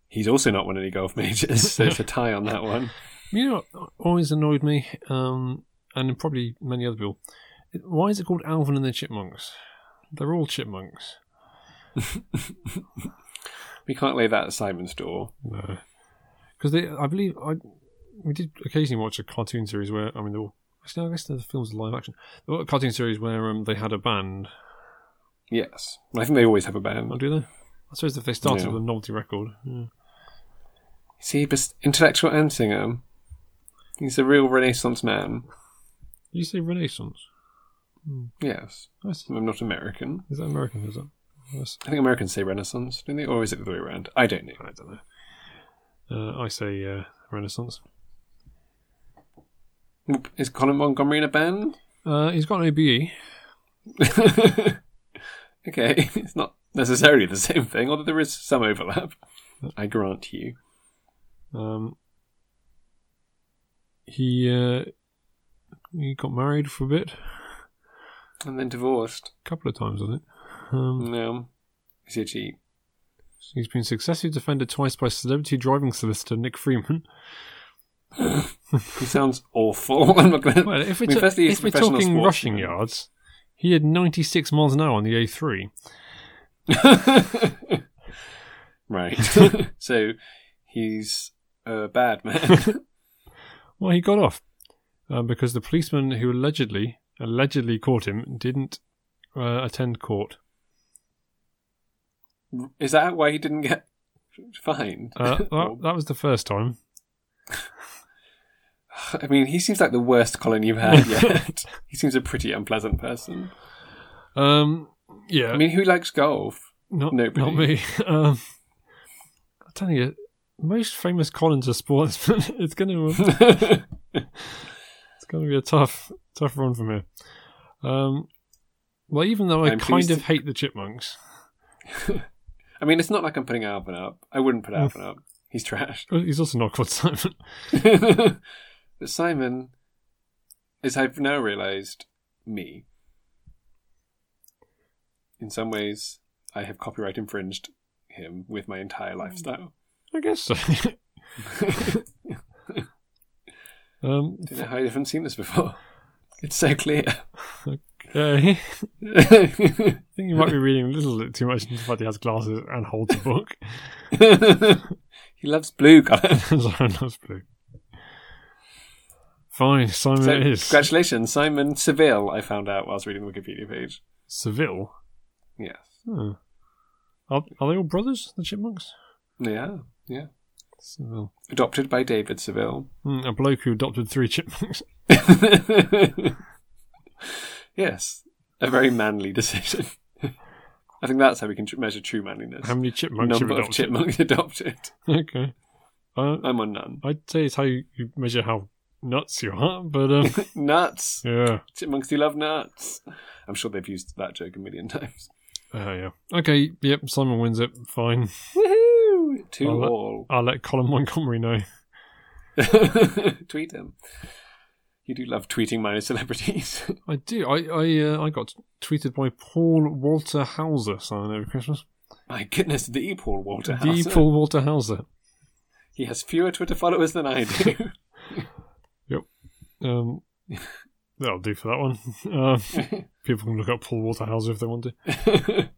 He's also not won any golf majors, so it's a tie on that one.
You know, what always annoyed me, um, and probably many other people. It- Why is it called Alvin and the Chipmunks? They're all chipmunks.
We can't lay that at Simon's door.
No, because they, I believe, I we did occasionally watch a cartoon series where I mean, they're all, actually, no, I guess the films are live action. There were a cartoon series where um, they had a band.
Yes. Well, I think they always have a
Oh,
ban.
do they? I suppose if they started
No.
with a novelty record, yeah.
See, but intellectual and singer. He's a real Renaissance man.
you say Renaissance.
Yes.
I see.
I'm not American.
Is that American? Is that? Yes.
I think Americans say Renaissance, don't they? Or is it the other way around? I don't know.
I don't know. Uh, I say uh, Renaissance.
Is Colin Montgomery in a band?
Uh, he's got an ABE.
okay, [LAUGHS] it's not necessarily the same thing, although there is some overlap. I grant you.
Um, he uh, he got married for a bit,
And then divorced.
a couple of times, I think. Um,
No. Is he a cheat?
he's been successfully defended twice by celebrity driving solicitor Nick Freeman. [LAUGHS]
He sounds awful. [LAUGHS] I'm not going
Well, if
I
we're,
mean,
ta-
firstly, he's
if we're
a professional
talking
sportsman.
rushing yards, he had 96 miles an hour on the A3.
to. [LAUGHS] right. [LAUGHS] so he's a bad
[LAUGHS]
man.
Well, he got off um, because the policeman who allegedly allegedly caught him didn't uh, attend court.
is that why he didn't get fined? [LAUGHS]
Uh, that, that was the first time.
I mean, he seems like the worst Colin you've
[LAUGHS]
had yet. he seems a pretty unpleasant person.
Um, yeah,
I mean, who likes
[LAUGHS]
golf?
not
nobody.
not me. [LAUGHS] Um, I'm telling you, most famous Collins are sportsmen. [LAUGHS] it's gonna it's gonna be a tough tough run for me. Um, well, even though I
I'm
kind
pleased
of
to-
hate the Chipmunks,
I mean, it's not like I'm putting Alvin up. I wouldn't put Alvin up. He's trash. [LAUGHS]
well, oh, he's also not called [LAUGHS] Simon.
but Simon, as I've now realised, me. In some ways, I have copyright infringed him with my entire lifestyle. [LAUGHS]
I guess so. [LAUGHS] um,
Don't know how I haven't seen this before. It's so clear. [LAUGHS]
okay.
I
I think you might be reading a little bit too much into the fact he has glasses and holds a book. [LAUGHS]
he loves blue colour.
Simon loves blue. Fine, Simon
So,
it is.
congratulations, Simon Seville, I found out whilst reading the Wikipedia page.
Seville.
Yes.
Hmm. Are, are they all brothers, the Chipmunks?
Yeah, yeah.
Seville.
Adopted by David Seville.
Hmm, a bloke who adopted three chipmunks.
[LAUGHS] yes, a very manly decision. [LAUGHS] I think that's how we can tr- measure true manliness.
[LAUGHS] How many chipmunks you've
Number of
adopted?
chipmunks [LAUGHS] adopted.
[LAUGHS] okay. Uh,
I'm on none.
I'd say it's how you, you measure how nuts you are, but
[LAUGHS]
um,
Nuts.
yeah.
Chipmunks do love nuts. I'm sure they've used that joke a million [LAUGHS] times.
Uh, yeah. Okay, yep, Simon wins it. Fine.
Woohoo! To
Well, that-
all.
I'll let Colin [LAUGHS] Montgomery know.
[LAUGHS] Tweet him. You do love tweeting minor celebrities. [LAUGHS]
I do. I I, uh, I got tweeted by Paul Walter Hauser, Simon, over Christmas.
My goodness, the Paul Walter.
The Paul Walter Hauser.
He has fewer Twitter followers than I do. [LAUGHS]
Um, that'll do for that one. [LAUGHS]
[LAUGHS]
Um, people can look up Paul Waterhouse if they want to.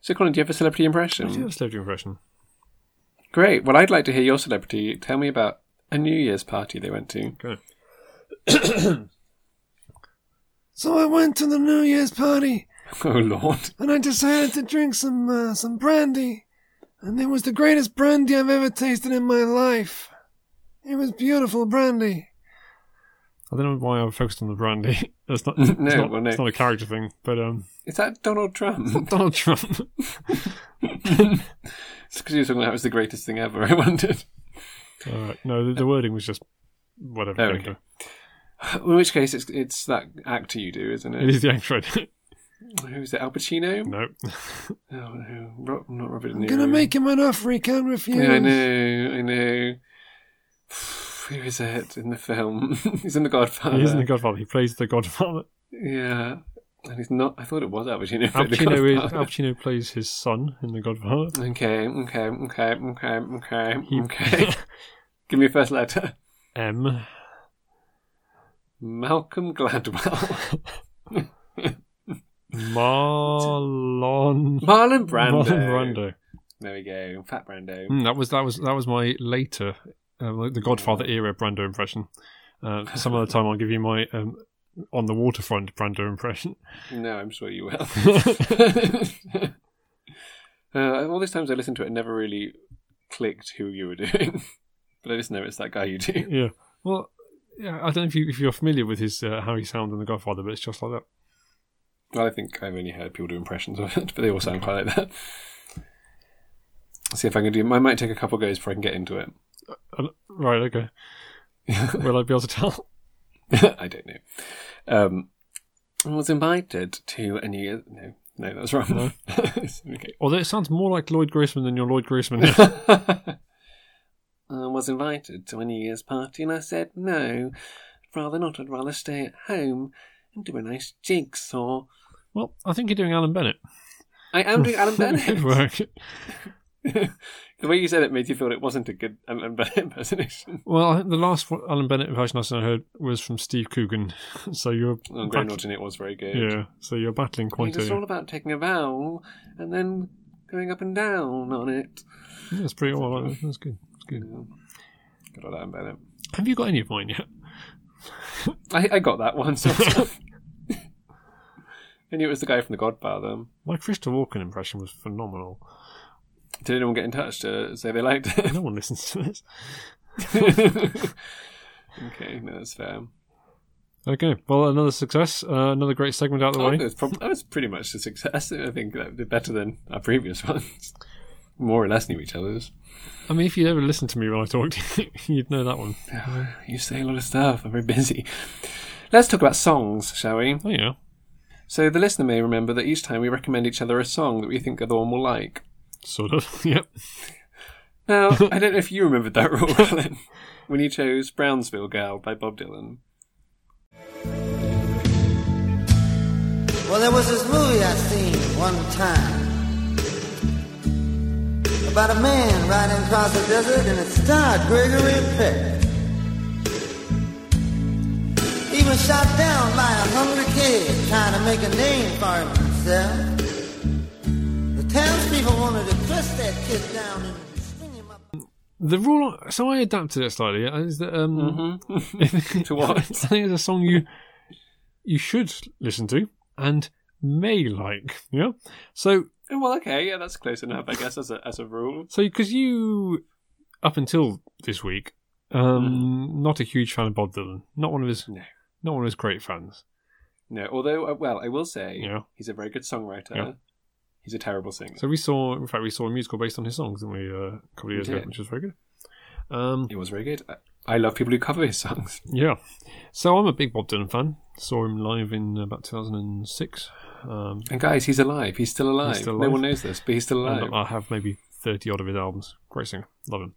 so, Colin, do you have a celebrity
I do have
impression?
a celebrity impression.
Great. Well, I'd like to hear your celebrity. Tell me about a New Year's party they went to. [LAUGHS]
Okay. [CLEARS THROAT] so I went to the New Year's party
Oh, Lord.
and I decided to drink some uh, some brandy, and it was the greatest brandy I've ever tasted in my life. It was beautiful brandy. I don't know why I focused on the brandy. [LAUGHS] That's not, it's
[LAUGHS] No,
not,
well, no.
it's not a character thing,
[LAUGHS]
but um,
Is that Donald
[LAUGHS]
Trump? [LAUGHS]
Donald Trump.
Because you were talking about it was the greatest thing ever, [LAUGHS] I wondered.
Uh, no, the, the wording was just whatever.
Oh, okay. In which case, it's it's that actor you do, isn't
It
it?
is the actual idea.
Who's it? Al Pacino?
[LAUGHS] no.
Oh, no. Ro- not Robert De Niro.
him an offer he can't refuse.
Yeah, I know, I know. [SIGHS] Who is it in the film? [LAUGHS] he's in The Godfather.
He isn't the Godfather. He plays
[LAUGHS]
the Godfather.
Yeah. And he's not. I thought it was Al Pacino.
Al
played The
Pacino, is,
Godfather.
Al Pacino plays his son in the Godfather.
Okay, okay, okay, okay, okay,
He-
okay. Give me a first letter.
M.
Malcolm Gladwell. [LAUGHS]
Marlon.
Marlon Brando.
Marlon Brando.
There we go. Fat
[LAUGHS]
Brando.
Mm, that was that was that was my later, uh, like the Godfather
Mm.
era Brando impression. Uh, some other time I'll give you my um, on the waterfront Brando impression. [LAUGHS]
No, I'm sure you will. [LAUGHS] uh, all these times I listened to it, it never really clicked who you were doing. [LAUGHS] But I just know it's that guy you do. [LAUGHS]
Yeah. Well, yeah, I don't know if, you, if you're familiar with his uh, how he sounds in The Godfather, but it's just like that.
Well, I think I've only heard people do impressions of it, [LAUGHS] but they all sound quite like that. Let's see if I can do. I might take a couple goes before I can get into it.
Uh, right.
[LAUGHS]
Okay. Will I be able to tell?
I don't know. Um, I was invited to a New Year's. No, no, that was wrong. [LAUGHS] okay. [LAUGHS]
Although it sounds more like Lloyd Grossman than your Lloyd Grossman.
I was invited to a New Year's party and I said no. I'd rather not. I'd rather stay at home and do a nice jigsaw.
well, I think you're doing Alan Bennett.
I am doing Alan
[LAUGHS] Good
Bennett.
work.
[LAUGHS] the way you said it made you feel it wasn't a good Alan Bennett [LAUGHS] impersonation.
Well, I think the last one- Alan Bennett version I heard was from Steve Coogan. [LAUGHS] So you're
On Graham
battling,
Norton, it was very good.
yeah. So you're battling
It
quite
was all
a.
about taking a vowel and then going up and down on it.
Yeah, that's pretty all right. That's good. That's good.
Good old Alan Bennett.
Have you got any of mine yet?
I, I got that one. Sort of. I knew it was the guy from The Godfather.
My Christopher Walken impression was phenomenal. [LAUGHS]
Did anyone get in touch to say they liked it?
No one listens to this.
okay, no, that's fair.
Okay, well, another success, uh, another great segment out of the
Oh,
way.
that, was prob- that was pretty much a success. I think that did better than our previous [LAUGHS] ones. More or less knew each other's.
I mean, if you'd ever listened to me when I talked, [LAUGHS] you'd know that one.
[SIGHS] You say a lot of stuff. I'm very busy. Let's talk about songs, shall we?
Oh, yeah.
So the listener may remember that each time we recommend each other a song that we think the other one will like.
Sort of. [LAUGHS] yep. [LAUGHS]
Now, I don't know if you remembered that rule, Colin, when you chose Brownsville Girl by Bob Dylan.
Well, there was this movie I seen one time about a man riding across the desert, and it starred Gregory Peck. He was shot down by a hungry kid trying to make a name for himself. The townspeople wanted to twist that kid down and string him up.
The rule, so I adapted it slightly. Is that, um,
Mm-hmm. [LAUGHS]
Mm-hmm. [LAUGHS]
To what?
I think it's a song you you should listen to and may like. Yeah. So,
Oh, well, okay, yeah, that's close enough, I guess, as a, as a rule.
so because you, up until this week, um, not a huge fan of Bob Dylan, not one of his,
Mm. No.
not one of his great fans.
No, although, uh, well, I will say,
Yeah.
he's a very good songwriter.
Yeah.
He's a terrible singer.
So we saw, in fact, we saw a musical based on his songs, didn't we, uh, a couple of years ago,
did.
which was very good. Um,
It was very good. I- I love people who cover his songs.
yeah. So I'm a big Bob Dylan fan. Saw him live in about 2006. Um,
And guys, he's alive. He's still alive.
still
No
alive.
one knows this, but he's still alive.
and I have maybe 30 odd of his albums. Great singer. Love him.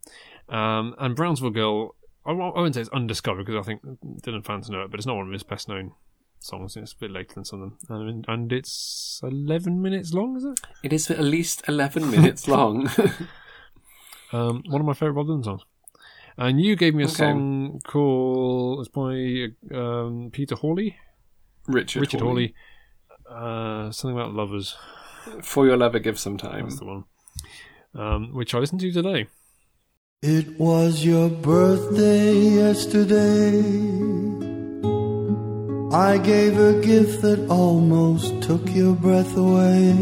Um, and Brownsville Girl, I, won't- I wouldn't say it's undiscovered because I think Dylan fans know it, but it's not one of his best known songs. It's a bit later than some of them. And, and it's 11 minutes long, is it?
It is
[LAUGHS]
at least 11 minutes long. [LAUGHS]
Um, one of my favourite Bob Dylan songs. And you gave me a
Okay.
song called it's by um, Peter Hawley,
Richard,
Richard Hawley, uh, something about lovers.
For Your Lover, Give Some Time.
That's the one. Um, which I listened to today.
It was your birthday yesterday. I gave a gift that almost took your breath away.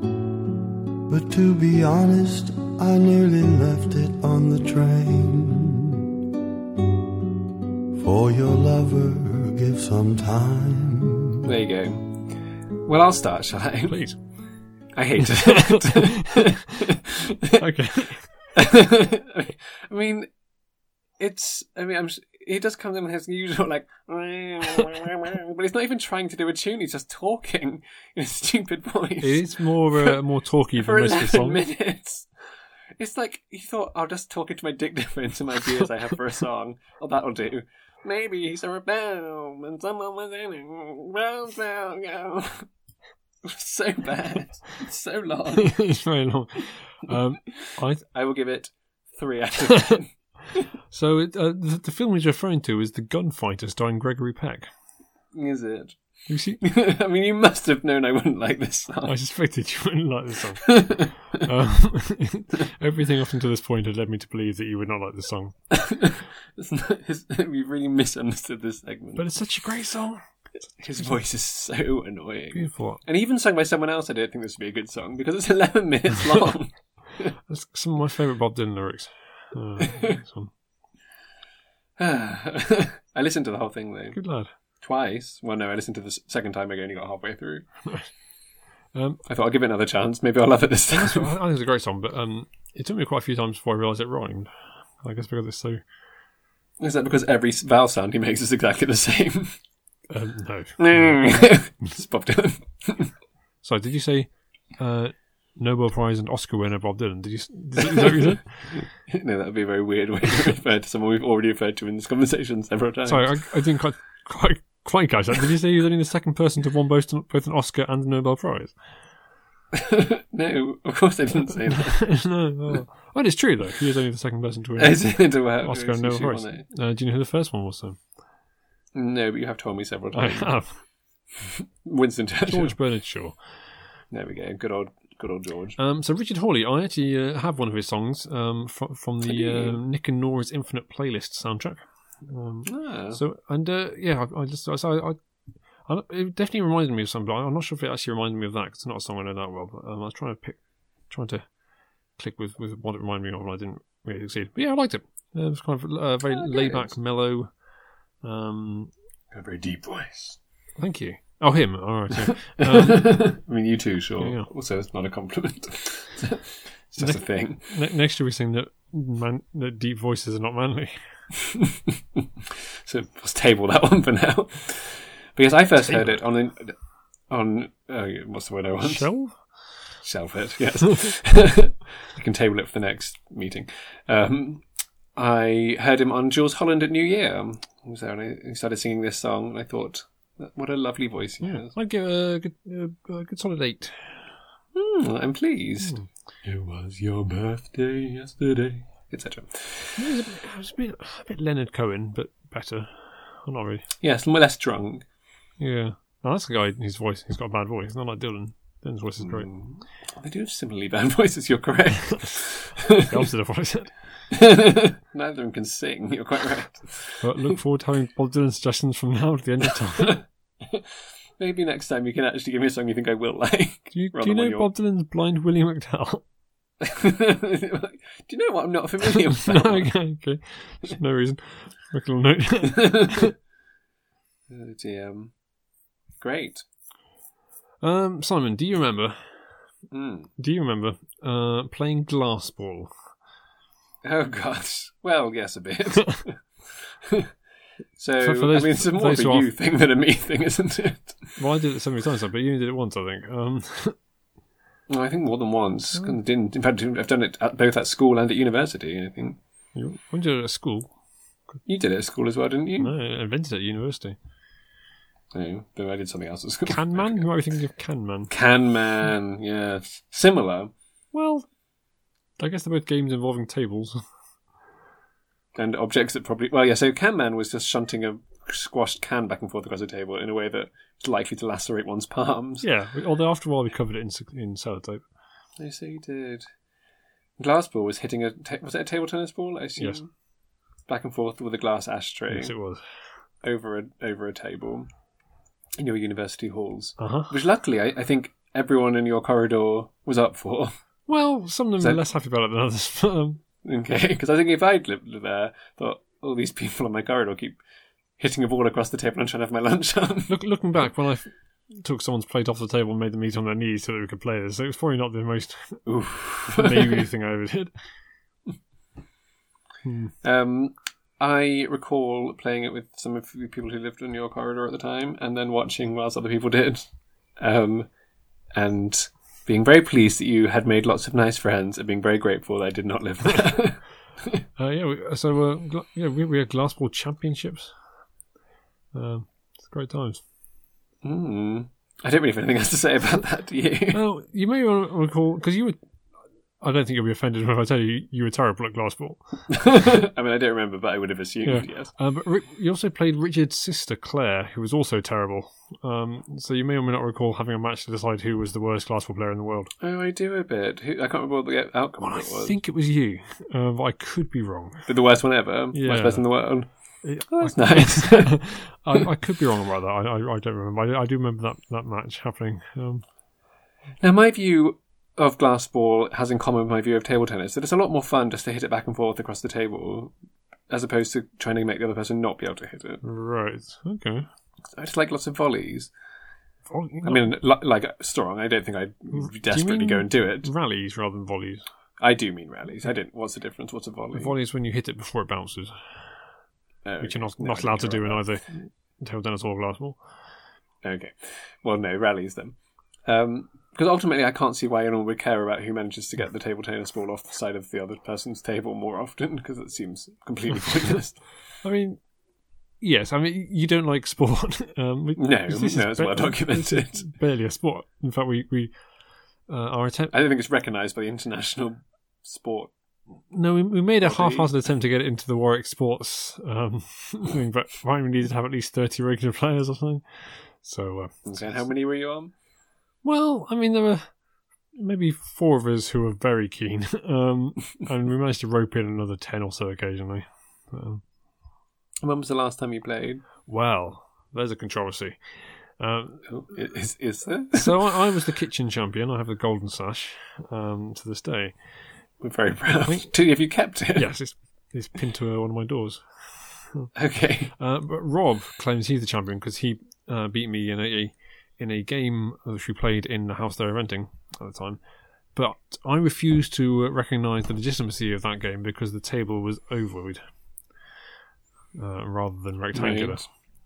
But to be honest, I nearly left it on the train. For your lover, give some time.
There you go. Well, I'll start, shall I?
Please.
I
[LAUGHS]
hate it. [LAUGHS]
Okay. [LAUGHS]
I mean, it's. I mean, I'm. s- He does come in with his usual like, [LAUGHS] but he's not even trying to do a tune. He's just talking in a stupid voice
it is more uh, more talky
for
than most of the
eleven
song. [LAUGHS]
minutes. It's like he thought, I'll just talk into my dick difference and my ideas I have for a song. Oh, that'll do. Maybe he's a rebel and someone was in it. Well, well, yeah. [LAUGHS] so bad, so long.
it's very long. Um, I
I will give it three
[LAUGHS]
out of ten.
[COUGHS] so it, uh, the, the film he's referring to is The Gunfighter, starring Gregory Peck.
Is it? [LAUGHS]
You see,
I mean, you must have known I wouldn't like this
I
song.
suspected you wouldn't like this song. um, [LAUGHS] everything up until this point had led me to believe that you would not like this song,
[LAUGHS] It's not, it's, we really misunderstood this segment.
but it's such a great song.
his voice is so annoying.
Beautiful.
And even sung by someone else, I don't think this would be a good song because it's [LAUGHS] 11 minutes long. [SIGHS]
That's some of my favourite Bob Dylan lyrics. Uh, this one.
I listened to the whole thing though
Good lad.
twice. Well, no, I listened to the s- second time. I only got halfway through.
Um,
I thought I'll give it another chance. Maybe I'll love it this
I
time.
think it's a great song, but um, it took me quite a few times before I realised it rhymed. I guess because it's so.
[LAUGHS] is that because every s- vowel sound he makes is exactly the same? [LAUGHS]
Um, no.
it's Bob Dylan.
So did you say uh, Nobel Prize and Oscar winner Bob Dylan? Did you? s- Is that, is that what you said?
[LAUGHS]
[LAUGHS]
no, that would be a very weird way to [LAUGHS] refer to someone we've already referred to in this conversation several times.
Sorry, I, I didn't quite quite quite catch that. Did you say you was only the second person to win both both an Oscar and a Nobel Prize?
No, of course I didn't say
[LAUGHS]
that.
[LAUGHS] no. Oh. [LAUGHS] Well, it's true though. He was only the second person to
[LAUGHS]
win
I
an
said it about
Oscar and
Lucy,
Nobel
she
Prize.
won it.
Uh, do you know who the first one was? [LAUGHS] Though
No, but you have told me several
I
times.
have
Winston Churchill.
George Bernard Shaw.
There we go. Good old, good old
[LAUGHS]
George.
Um, so Richard Hawley, I actually uh, have one of his songs um, from, from the uh, Nick and Nora's Infinite Playlist soundtrack. Um,
Ah,
So and uh, yeah, I, I just I, so I, I, it definitely reminded me of something. but I'm not sure if it actually reminded me of that 'cause it's not a song I know that well. But um, I was trying to pick, trying to click with, with what it reminded me of, and I didn't really succeed. But yeah, I liked it. Uh, it was kind of uh, very
Oh, good.
laid back, mellow. Um,
a very deep voice.
thank you. Oh, him. All right.
[LAUGHS]
yeah.
I mean, you too, sure.
Um, Yeah.
Also, it's not a compliment. [LAUGHS] it's just a thing. [LAUGHS]
ne- next year we sing that man that deep voices are not manly.
So let's table that [LAUGHS] one for now. Because I first heard it on an, on uh, what's the word I want?
Shell.
Shelf it. [LAUGHS] Yes, I can table it for the next meeting. Um, I heard him on Jules Holland at New Year. He was there and I- he started singing this song, and I thought, what a lovely voice he has.
I'd give it a good, uh, a good solid eight.
Hmm, I'm pleased. It was your birthday yesterday, etc.
It was, a bit, it was a, bit, a bit Leonard Cohen, but better. Well, not really.
Yes, and we're less drunk.
Yeah. No, that's the guy, his voice, he's got a bad voice. Not like Dylan. Dylan's voice is great.
Mm. Hmm. They do have similarly bad [LAUGHS] voices, you're [LAUGHS] correct.
The opposite of what
[LAUGHS]
I said.
Neither of them can sing, you're quite right.
But look forward to having Bob Dylan suggestions from now to the end of time.
Maybe next time you can actually give me a song you think I will [LAUGHS] like.
Do you, do
Rather
you know
than
Bob Dylan's Blind
[LAUGHS]
Willie McDowell? [LAUGHS]
do you know what? I'm not familiar with
[LAUGHS] no,
that. one.
okay, okay. There's No reason. Make a little
[LAUGHS]
note.
Oh, dear. Um, Great.
um, Simon, do you remember?
Mm.
Do you remember uh, playing glass ball?
Oh, gosh. Well, yes, a
[LAUGHS]
bit. so,
So for those-
I mean, it's more of
those
a
who are-
you thing than a me [LAUGHS] thing, isn't it?
Well, I did it so many times, but you only did it once, I think. Um, [LAUGHS]
No, I think more than once.
Hmm.
'Cause I didn't- In fact, I've done it at, both at school and at university. I think
you, when you did it at school?
you did it at school as well, didn't you?
No, I invented it at university.
No, but I did something else at school.
Can Man? Who are we thinking of Can Man?
Can Man, yeah, similar.
Well, I guess they're both games involving tables.
and objects that probably well yeah so can man was just shunting a squashed can back and forth across the table in a way that is likely to lacerate one's [LAUGHS] palms
Yeah, we- although after a while we covered it in, s- in sellotape.
I so you did glass ball was hitting a ta- was it a table tennis ball I assume
Yes.
back and forth with a glass ashtray
Yes, it was.
over a over a table in your university halls
Uh huh.
which luckily I, I think everyone in your corridor was up for [LAUGHS]
Well, some of them
So-
were less happy about it than others. [LAUGHS] but, um,
Okay, because I think if I'd lived there, thought all these people on my corridor keep hitting a ball across the table and trying to have my lunch on. [LAUGHS]
look, looking back, when I f- took someone's plate off the table and made them eat on their knees so that we could play this, it was probably not the most [LAUGHS]
Oof.
baby thing I ever did.
um, I recall playing it with some of the people who lived in your corridor at the time, and then watching whilst other people did, um, and being very pleased that you had made lots of nice friends, and being very grateful that I did not live
[LAUGHS]
there.
Uh, yeah, we, so uh, gla- yeah, we, we had glass ball championships. Um, it's great times.
Hmm. I don't really have anything else to say about that, do
[LAUGHS]
you?
Now, you may want to recall, because you were, I don't think you'll be offended if I tell you you were terrible at glass ball.
I mean, I don't remember, but I would have assumed,
Yeah.
yes.
Uh, but Ri- you also played Richard's sister, Claire, who was also terrible. Um, so you may or may not recall having a match to decide who was the worst glass ball player in the world.
Oh, I do a bit. Who, I can't remember what the outcome of it
I
was.
think it was you, uh, but I could be wrong.
But the worst one ever.
Yeah.
Worst person in the world.
It-
Oh, that's nice.
[LAUGHS] I, I could be wrong about that. I, I, I don't remember. I, I do remember that, that match happening. Um,
now, my view of glass ball has in common with my view of table tennis that it's a lot more fun just to hit it back and forth across the table as opposed to trying to make the other person not be able to hit it.
right. Okay.
I just like lots of volleys.
Vol-
I mean, li- like strong. I don't think I'd desperately
Mm, mean-
go and do it.
rallies rather than volleys.
I do mean rallies. I don't. What's the difference? What's a volley?
Volleys when you hit it before it bounces,
Oh,
which you're not,
no,
not
I
allowed to
don't
do in
know
either tail tennis or glass ball.
Okay. Well, no, rallies then. Um, because ultimately, I can't see why anyone would care about who manages to get the table tennis ball off the side of the other person's table more often, because it seems
[LAUGHS]
completely pointless.
I mean, yes. I mean, you don't like sport. [LAUGHS] Um, we-
No,
this is
no, it's
ba-
well documented.
this is barely a sport. In fact, we we uh, our attempt.
I don't think it's recognised by the international sport.
No, we, we made a
Body.
half-hearted attempt to get it into the Warwick Sports um, [LAUGHS] thing, but right, we needed to have at least thirty regular players or something. So, uh,
Okay, and how many were you on?
well, I mean, there were maybe four of us who were very keen, [LAUGHS] um, and we managed to rope in another ten or so occasionally. Um,
When was the last time you played?
Well, there's a controversy. Um,
Oh, i- Is is there? [LAUGHS]
so I, I was the kitchen champion. I have the golden sash um, to this day.
We're very proud. Two, have you kept it?
Yes, it's, it's pinned to uh, one of my doors.
[LAUGHS] Okay.
Uh, but Rob claims he's the champion because he uh, beat me in a in a game which we played in the house they were renting at the time. But I refused to uh, recognise the legitimacy of that game because the table was ovoid uh, rather than rectangular.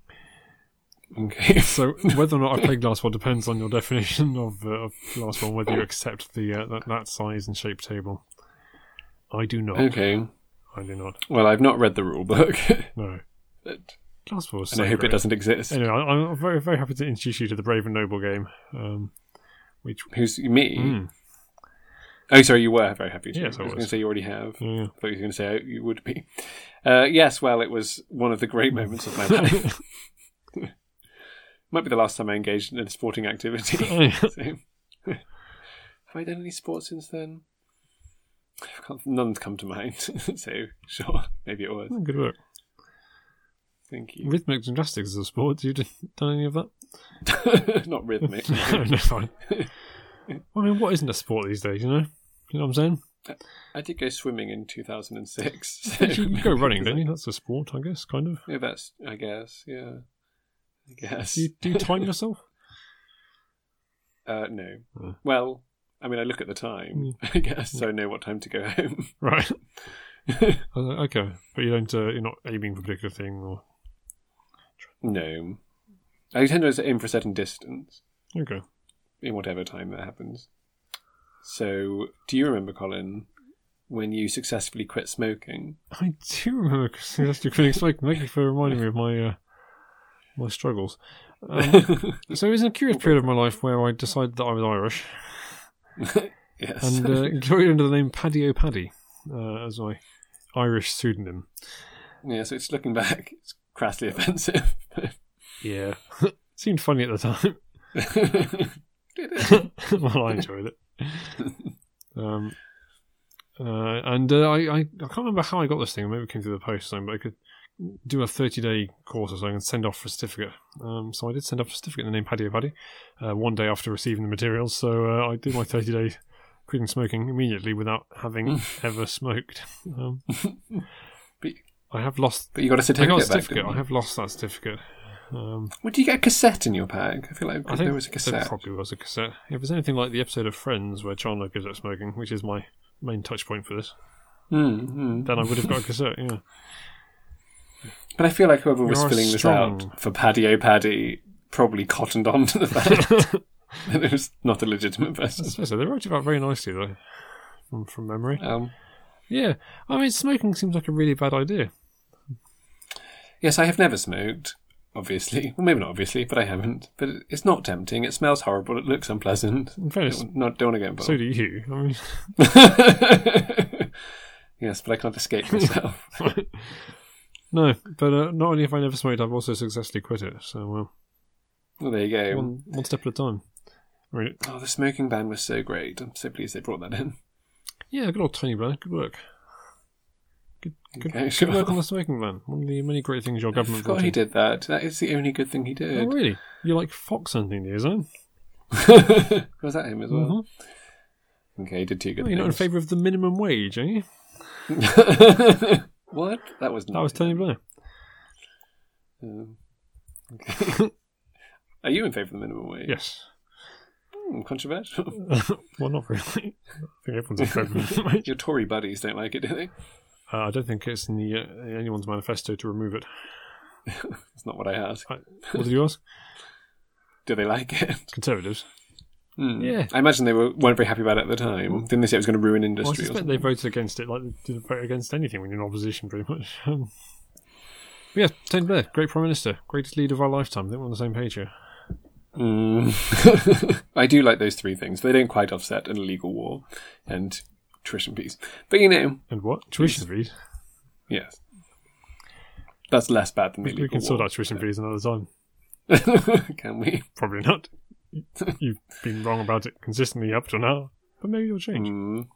Right. Okay.
[LAUGHS] So whether or not I play glass one depends on your definition of, uh, of glass one, whether you accept the uh, that, that size and shape table. I do not.
Okay.
I do not.
Well, I've not read the rule book, [LAUGHS]
No.
but-
Glass one was
and
so
I hope it
great.
doesn't exist.
Anyway, I, I'm very very happy to introduce you to the Brave and Noble game. Um, which
Who's me?
Mm.
Oh, sorry, you were very happy. To.
Yes, I
was
was.
going to say you already have.
yeah.
I thought you were going to say you would be. Uh, yes, well, it was one of the great moments
[LAUGHS]
of my life. [LAUGHS] Might be the last time I engaged in a sporting
[LAUGHS]
activity.
I-
So- [LAUGHS] have I done any sports since then? I can't- None's come to mind. [LAUGHS] so sure, maybe it was.
good work.
Thank you. [LAUGHS]
Rhythmic gymnastics is a sport. You did- done any of that? [LAUGHS]
Not rhythmic.
no, no, fine. I mean, what isn't a sport these days? You know. You know what I'm saying?
I did go swimming in 2006. so [LAUGHS]
You, you go
maybe
running,
it was
don't
like-
you? That's a sport, I guess, kind of.
Yeah, that's. I guess. Yeah. I guess.
Do you, do you time yourself?
Uh, no.
Hmm.
Well, I mean, I look at the time, [LAUGHS] I guess, so I know what time to go home. [LAUGHS]
Right. [LAUGHS] I was like, okay, but you don't. Uh, you're not aiming for a particular thing, or
no. I tend to aim for a certain distance
okay.
in whatever time that happens. So, do you remember, Colin, when you successfully quit smoking?
I do remember [LAUGHS] Sylvester Quitting Smoke. Thank you for reminding me of my uh, my struggles.
[LAUGHS]
Um, so it was a curious period of my life where I decided that I was Irish
Yes.
and uh, gloried under the name Paddy O'Paddy uh, as my Irish pseudonym.
[LAUGHS] Yeah, so it's looking back, it's crassly offensive. [LAUGHS]
[LAUGHS] Yeah. Seemed funny at the time.
Did it?
[LAUGHS] well, I enjoyed
[LAUGHS]
it. Um, uh, and uh, I, I, I can't remember how I got this thing. Maybe it came through the post or something, but I could do a 30 day course or something and send off for a certificate. Um, so I did send off a certificate in the name Paddy Paddy uh, one day after receiving the materials. So uh, I did my 30 days quitting smoking immediately without
[LAUGHS]
having ever smoked. Um,
But-
I have lost.
But you got a
I
certificate.
got a
back,
certificate.
didn't
I
you?
have lost that certificate. Um,
Well, do you get a cassette in your pack? I feel like
I think
there was a
There
cassette.
probably was a cassette. If it's anything like the episode of Friends where Chandler gives up smoking, which is my main touch point for this,
Mm, mm.
then I would have got a cassette.
[LAUGHS]
Yeah.
But I feel like whoever was
You're
filling this
strong.
out for Paddy O Paddy probably cottoned on to the
[LAUGHS]
fact [LAUGHS] that it was not a legitimate person.
So, so they wrote it out very nicely though, from, from memory.
Um,
Yeah, I mean, smoking seems like a really bad idea.
yes, I have never smoked, obviously. Well, maybe not obviously, but I haven't. But it- it's not tempting. It smells horrible. It looks unpleasant. [LAUGHS]
In fairness,
Don't- Not, don't want to get involved.
so do you. I mean, [LAUGHS]
[LAUGHS] yes, but I can't escape
[LAUGHS]
myself.
no, but uh, not only have I never smoked, I've also successfully quit it. So well,
well, there you go.
one, one step at a time. I mean,
Oh, the smoking ban was so great. I'm so pleased they brought that in.
yeah, good old Tony Blair, good work. Good, good,
Okay,
good work
sure.
on the smoking ban. One of the many great things your
I
government
forgot
brought
he
in.
did that. That is the only good thing he did.
Oh,
[LAUGHS]
really? You like fox hunting, eh? do you, Zan?
was that him as well?
Mhm.
Okay, he did two good
Mm-hmm. Oh, You're not in
things.
favour of the minimum wage, are you?
[LAUGHS] what? That was
That was Tony Blair.
Um, [LAUGHS]
[LAUGHS]
okay. Are you in favour of the minimum wage?
Yes.
Hmm, controversial.
[LAUGHS] well, not really. I think everyone's in favour
[LAUGHS]
of minimum wage.
Your Tory buddies don't like it, do they?
Uh, I don't think it's in the, uh, anyone's manifesto to remove it.
That's not what I asked.
I, what did you ask?
Do they like it?
Conservatives.
Hmm.
Yeah. Mm.
I imagine they were, weren't very happy about it at the time. Didn't they say it was going to ruin
Well, I
industry? or
suspect
something?
they voted against it, like they didn't vote against anything when you're in opposition, pretty much. [LAUGHS] Um, but yeah, Tony Blair, great prime minister, greatest leader of our lifetime. I think we're on the same page here.
Mm. [LAUGHS] I do like those three things. They don't quite offset an illegal war and tuition fees. But you know,
And what tuition fees?
yes. That's less bad than the
We
illegal
can sort
war.
out tuition fees another time.
[LAUGHS] can we?
Probably [LAUGHS] not. You've been wrong about it consistently up till now, but maybe it'll change.
Mm.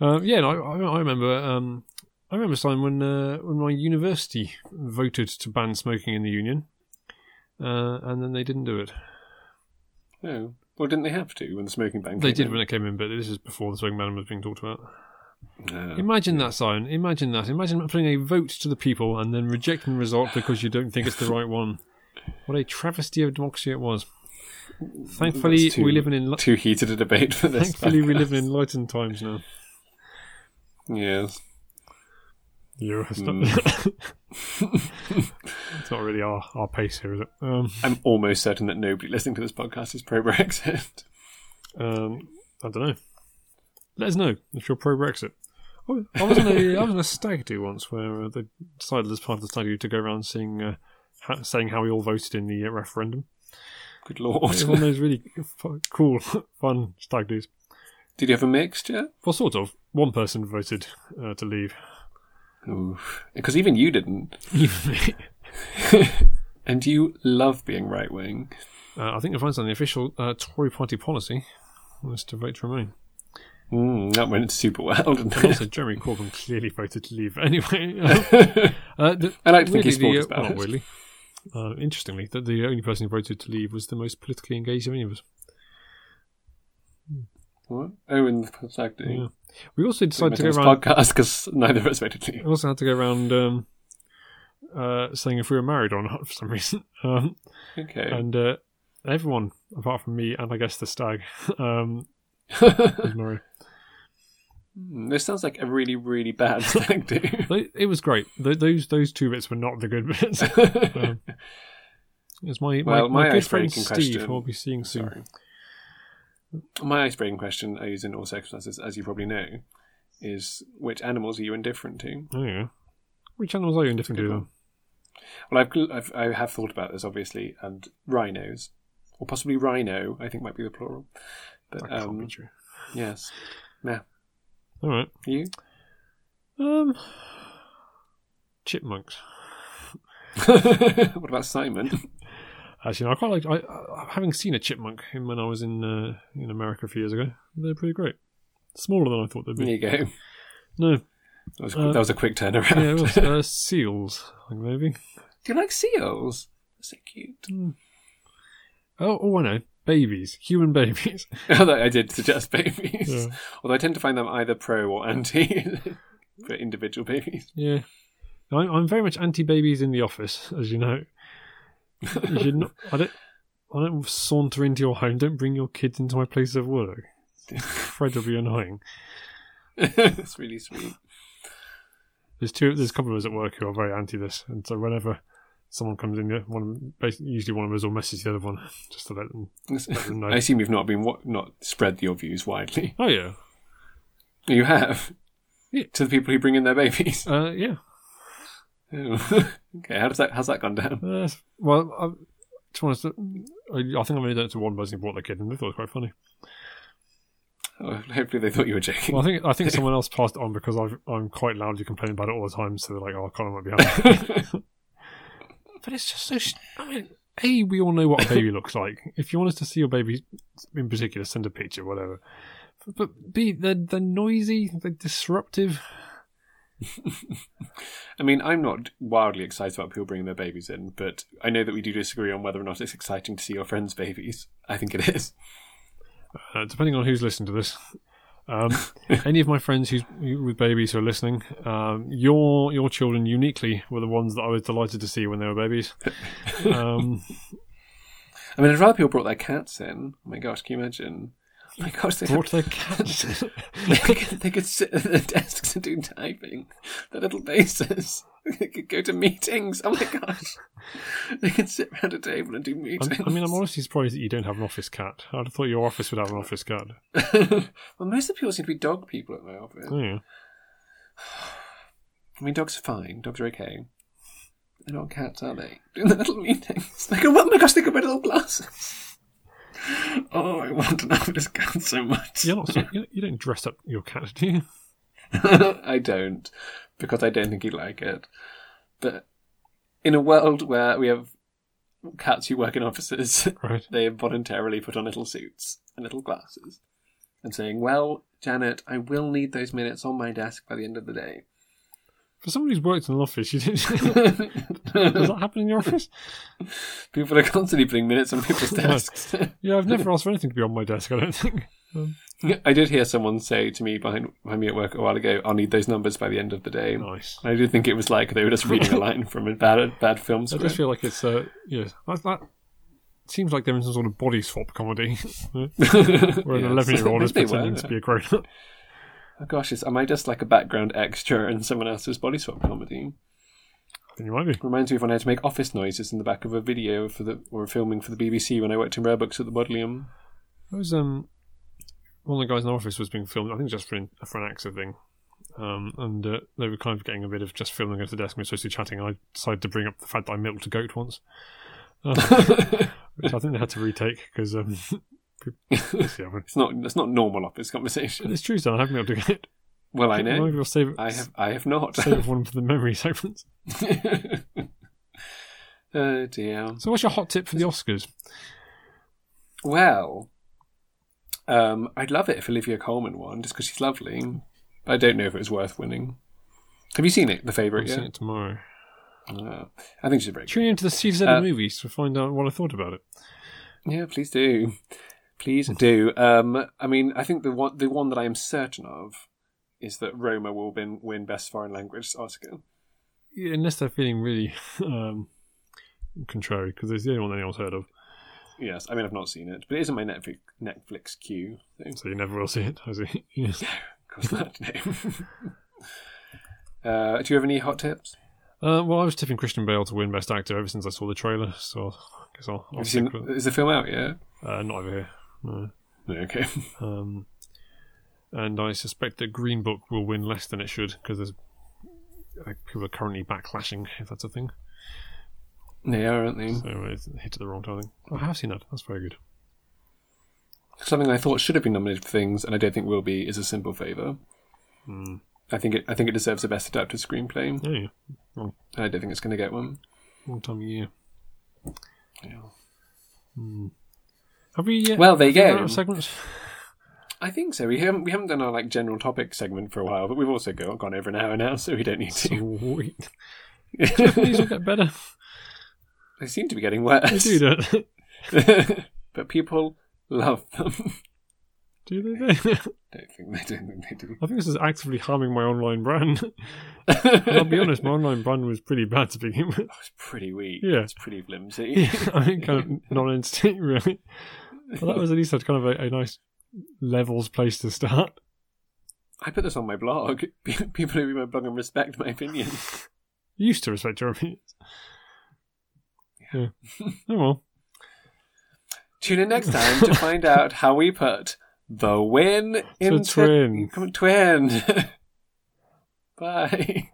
Um, yeah, no, I, I remember. Um, I remember time when uh, when my university voted to ban smoking in the union, uh, and then they didn't do it.
No. Well, didn't they have to when the smoking ban?
They
came
did when it came in, but this is before the smoking ban was being talked about.
In? No.
Imagine that, Simon. Imagine that. Imagine putting a vote to the people and then rejecting the result because you don't think it's [LAUGHS] the right one. What a travesty of democracy it was. Thankfully,
That's too-
we live in [LAUGHS] enli-
Too heated a debate for this.
thankfully we
podcast.
[LAUGHS] live in enlightened times now.
Yes.
Yeah, it's not, [LAUGHS] it's not really our, our pace here, is it? Um,
I'm almost certain that nobody listening to this podcast is pro Brexit.
Um, I don't know. Let us know if you're pro Brexit. Oh, I was on a I was on a stag do once where uh, they decided as part of the stag do to go around seeing uh, ha- saying how we all voted in the uh, [LAUGHS] referendum.
[LAUGHS] Good
It
lord.
was one of those really f- cool, [LAUGHS] fun stag do's.
Did you have a mixture?
Well, sort of. One person voted uh, to leave.
Because even you didn't.
Even me.
And you love being right wing.
Uh, I think I find on the official uh, Tory party policy was to vote to remain.
Mm, that went super well, didn't it?
And also, Jeremy Corbyn clearly voted to leave anyway.
[LAUGHS]
uh, the,
I like to think
Weirdly,
he's thought
the, uh,
about
well,
it.
not really. Uh, interestingly, that the only person who voted to leave was the most politically engaged of any of us.
What? Oh, in the podcast.
Yeah. We also
So
decided to
this
go around.
podcast because neither of us voted to
We
leave.
also had to go around um, uh, saying if we were married or not [LAUGHS] for some reason, um,
Okay.
and uh, everyone apart from me and I guess the stag [LAUGHS] um,
[LAUGHS]
was married.
Mm, this sounds like a really, really
[LAUGHS]
bad thing to do.
They- It was great. Th those those two bits were not the good [LAUGHS] bits.
[LAUGHS]
Um, it's my, my,
Well,
my,
my
good friend
icebreaking
Steve,
question-
who I'll be seeing soon.
Sorry. My icebreaking question I use in all circumstances, as you probably know, is which animals are you indifferent to?
Oh, yeah. Which animals are you indifferent to? then?
Well, I've, gl- I've I have thought about this obviously, and rhinos, or possibly rhino, I think might be the plural. But
That can't be
um,
true.
yes, now
[LAUGHS] All right.
you
Um, chipmunks.
what about Simon?
Actually, no, I quite like. I, I having seen a chipmunk in- when I was in uh, in America a few years ago. They're pretty great. Smaller than I thought they'd
There
be.
you go. That
No,
was,
Uh,
that was a quick turnaround.
yeah, it was, uh, seals, I think maybe.
Do you like seals? So cute. [LAUGHS]
Oh, oh, I know. Babies, human [LAUGHS] babies.
Although I did suggest [LAUGHS] babies.
Yeah.
Although I tend to find them either pro or anti [LAUGHS] for individual babies. [LAUGHS]
Yeah, I'm, I'm very much anti-babies in the office, as you know. You should not. I don't. I don't saunter into your home. Don't bring your kids into my place of work. It's incredibly annoying.
it's really sweet.
There's two. There's a couple of us at work who are very anti this, and so whenever someone comes in, yeah, one of them- basically usually one of us will message the other one [LAUGHS] just to let them
[LAUGHS]
them know.
I assume you've not been wa- not spread your views widely.
Oh yeah,
You have
Yeah.
to the people who bring in their babies.
uh, yeah.
Oh. [LAUGHS] okay, how does that how's that gone down? [LAUGHS]
Uh, that's- well, I, to be honest, I, I think I've only done it to one person who brought their kid, and they thought it was quite funny.
Oh, hopefully they thought you were joking.
Well, I think I think someone else passed it on because I've, I'm quite loudly complaining about it all the time, so they're like, "Oh, Connor might be happy." [LAUGHS] but it's just so. Sh- I mean, a we all know what a baby looks like. If you want us to see your baby in particular, send a picture, whatever. But, but b they're they're noisy, they're disruptive.
[LAUGHS] I mean, I'm not wildly excited about people bringing their babies in, but I know that we do disagree on whether or not it's exciting to see your friends' babies. I think it is.
Uh, depending on who's listening to [LAUGHS] this. Um, any of my friends who's who- with babies who are listening, um, your your children uniquely were the ones that I was delighted to see when they were babies. Um,
I mean, I'd rather people brought their cats in. Oh my gosh, can you imagine? Oh my gosh, they, have-
[LAUGHS] brought their [LAUGHS] cats.
[LAUGHS] they, could, they could sit at their desks and do typing. Their little bases. [LAUGHS] They could go to meetings. Oh my gosh. They could sit around a table and do meetings.
I'm,
[LAUGHS]
I mean, I'm honestly surprised that you don't have an office cat. I'd have thought your office would have an office cat.
well, most of the people seem to be dog people at my office.
Oh, yeah.
I mean, dogs are fine. Dogs are okay. They're not cats, are they? [LAUGHS] Doing their little meetings. They go, oh my gosh, they could wear little glasses. Oh, I want an office cat so much.
You're not, so- you you don't dress up your cat, do you?
[LAUGHS] I don't, because I don't think he'd like it. But in a world where we have cats who work in offices, [LAUGHS]
Right.
they have voluntarily put on little suits and little glasses and saying, Well, Janet, I will need those minutes on my desk by the end of the day. [LAUGHS]
For someone who's worked in an office, you didn't. [LAUGHS] Does that happen in your office?
People are constantly putting minutes on people's desks.
Yeah, I've never asked for anything to be on my desk, I don't think.
I did hear someone say to me behind, behind me at work a while ago, I'll need those numbers by the end of the day.
Nice.
I did think it was like they were just reading
[LAUGHS]
a line from a bad, bad film
I
script.
just feel like it's, uh, yeah, that, that seems like they're in some sort of body swap comedy [LAUGHS] where
[LAUGHS]
an
Yes.
11 year [LAUGHS] old is
They were.
pretending to be a grown up.
Oh gosh, is, am I just like a background extra in someone else's body swap comedy?
Then you might be.
Reminds me of when I had to make office noises in the back of a video for the or filming for the BBC when I worked in Rare Books at the Bodleian. [LAUGHS]
I was um one of the guys in the office was being filmed. I think just for an, for an AXA thing, um, and uh, they were kind of getting a bit of just filming at the desk. and We were supposed to be chatting, and I decided to bring up the fact that I milked a goat once, Uh, which I think they had to retake because [LAUGHS] um, yeah, well,
It's not that's not normal office conversation.
it's Tuesday. and I haven't milked a goat.
Well, I
Maybe
know.
we'll save it.
I have I have not.
save it for one for the memory [LAUGHS] segments.
[LAUGHS] oh dear.
So, what's your hot tip for the Oscars?
Well, um, I'd love it if Olivia Colman won, just because she's lovely. But I don't know if it was worth winning. Have you seen it, The
I'm
Favourite?
seeing
Yeah.
it tomorrow.
Oh, I think she's a very
Tune into the CZ
Uh,
movies to find out what I thought about it.
Yeah, please do. Please do. Um, I mean, I think the one the one that I am certain of is that Roma will win, win best foreign language Oscar.
Yeah, unless they're feeling really [LAUGHS] um, contrary, because it's the only one anyone's heard of,
Yes, I mean I've not seen it, but it is in my Netflix Netflix queue. So
so you never will see it. I see. [LAUGHS] Yes.
of course [LAUGHS] that name. uh, do you have any hot tips?
Uh, well, I was tipping Christian Bale to win Best Actor ever since I saw the trailer, so I guess I'll, I'll
Have you seen,
stick with it.
is the film out yet?
Uh, not over here. No.
No, okay.
Um, and I suspect that Green Book will win less than it should because there's like, people are currently backlashing if that's a thing.
They are, aren't they?
So uh, it's hit at the wrong time. Oh, I have seen that. That's very good. Hmm.
Something I thought should have been nominated for things, and I don't think will be, is a simple favour. I think it. I think it deserves the best adapted screenplay.
Oh, yeah.
And I don't think it's going to get one.
Long time of year.
Yeah.
Have we? Uh,
Well, there you
figured
go.
out Segments.
I think so. We haven't we haven't done our like general topic segment for a while, but we've also go, gone over an hour now, so we don't need to.
Oh, Wait. These will get better. uh,
they seem to be getting
They
worse,
do that.
[LAUGHS] but people love them. [LAUGHS]
[LAUGHS] Do [LAUGHS] they? though?
don't think they don't think they do.
I think this is actively harming my online brand. [LAUGHS] I'll be honest, my online brand was pretty bad to begin
[LAUGHS]
with. [LAUGHS]
It's pretty weak.
Yeah.
it's pretty flimsy.
I mean, kind of non-instinct, really. But that was at least that's kind of a, a nice levels place to start.
I put this on my blog. [LAUGHS] People who read my blog and respect my opinion.
You used to respect your opinions. Yeah. oh well.
Tune in next time to find out how we put the win into
twin.
Come on, twin. [LAUGHS] Bye.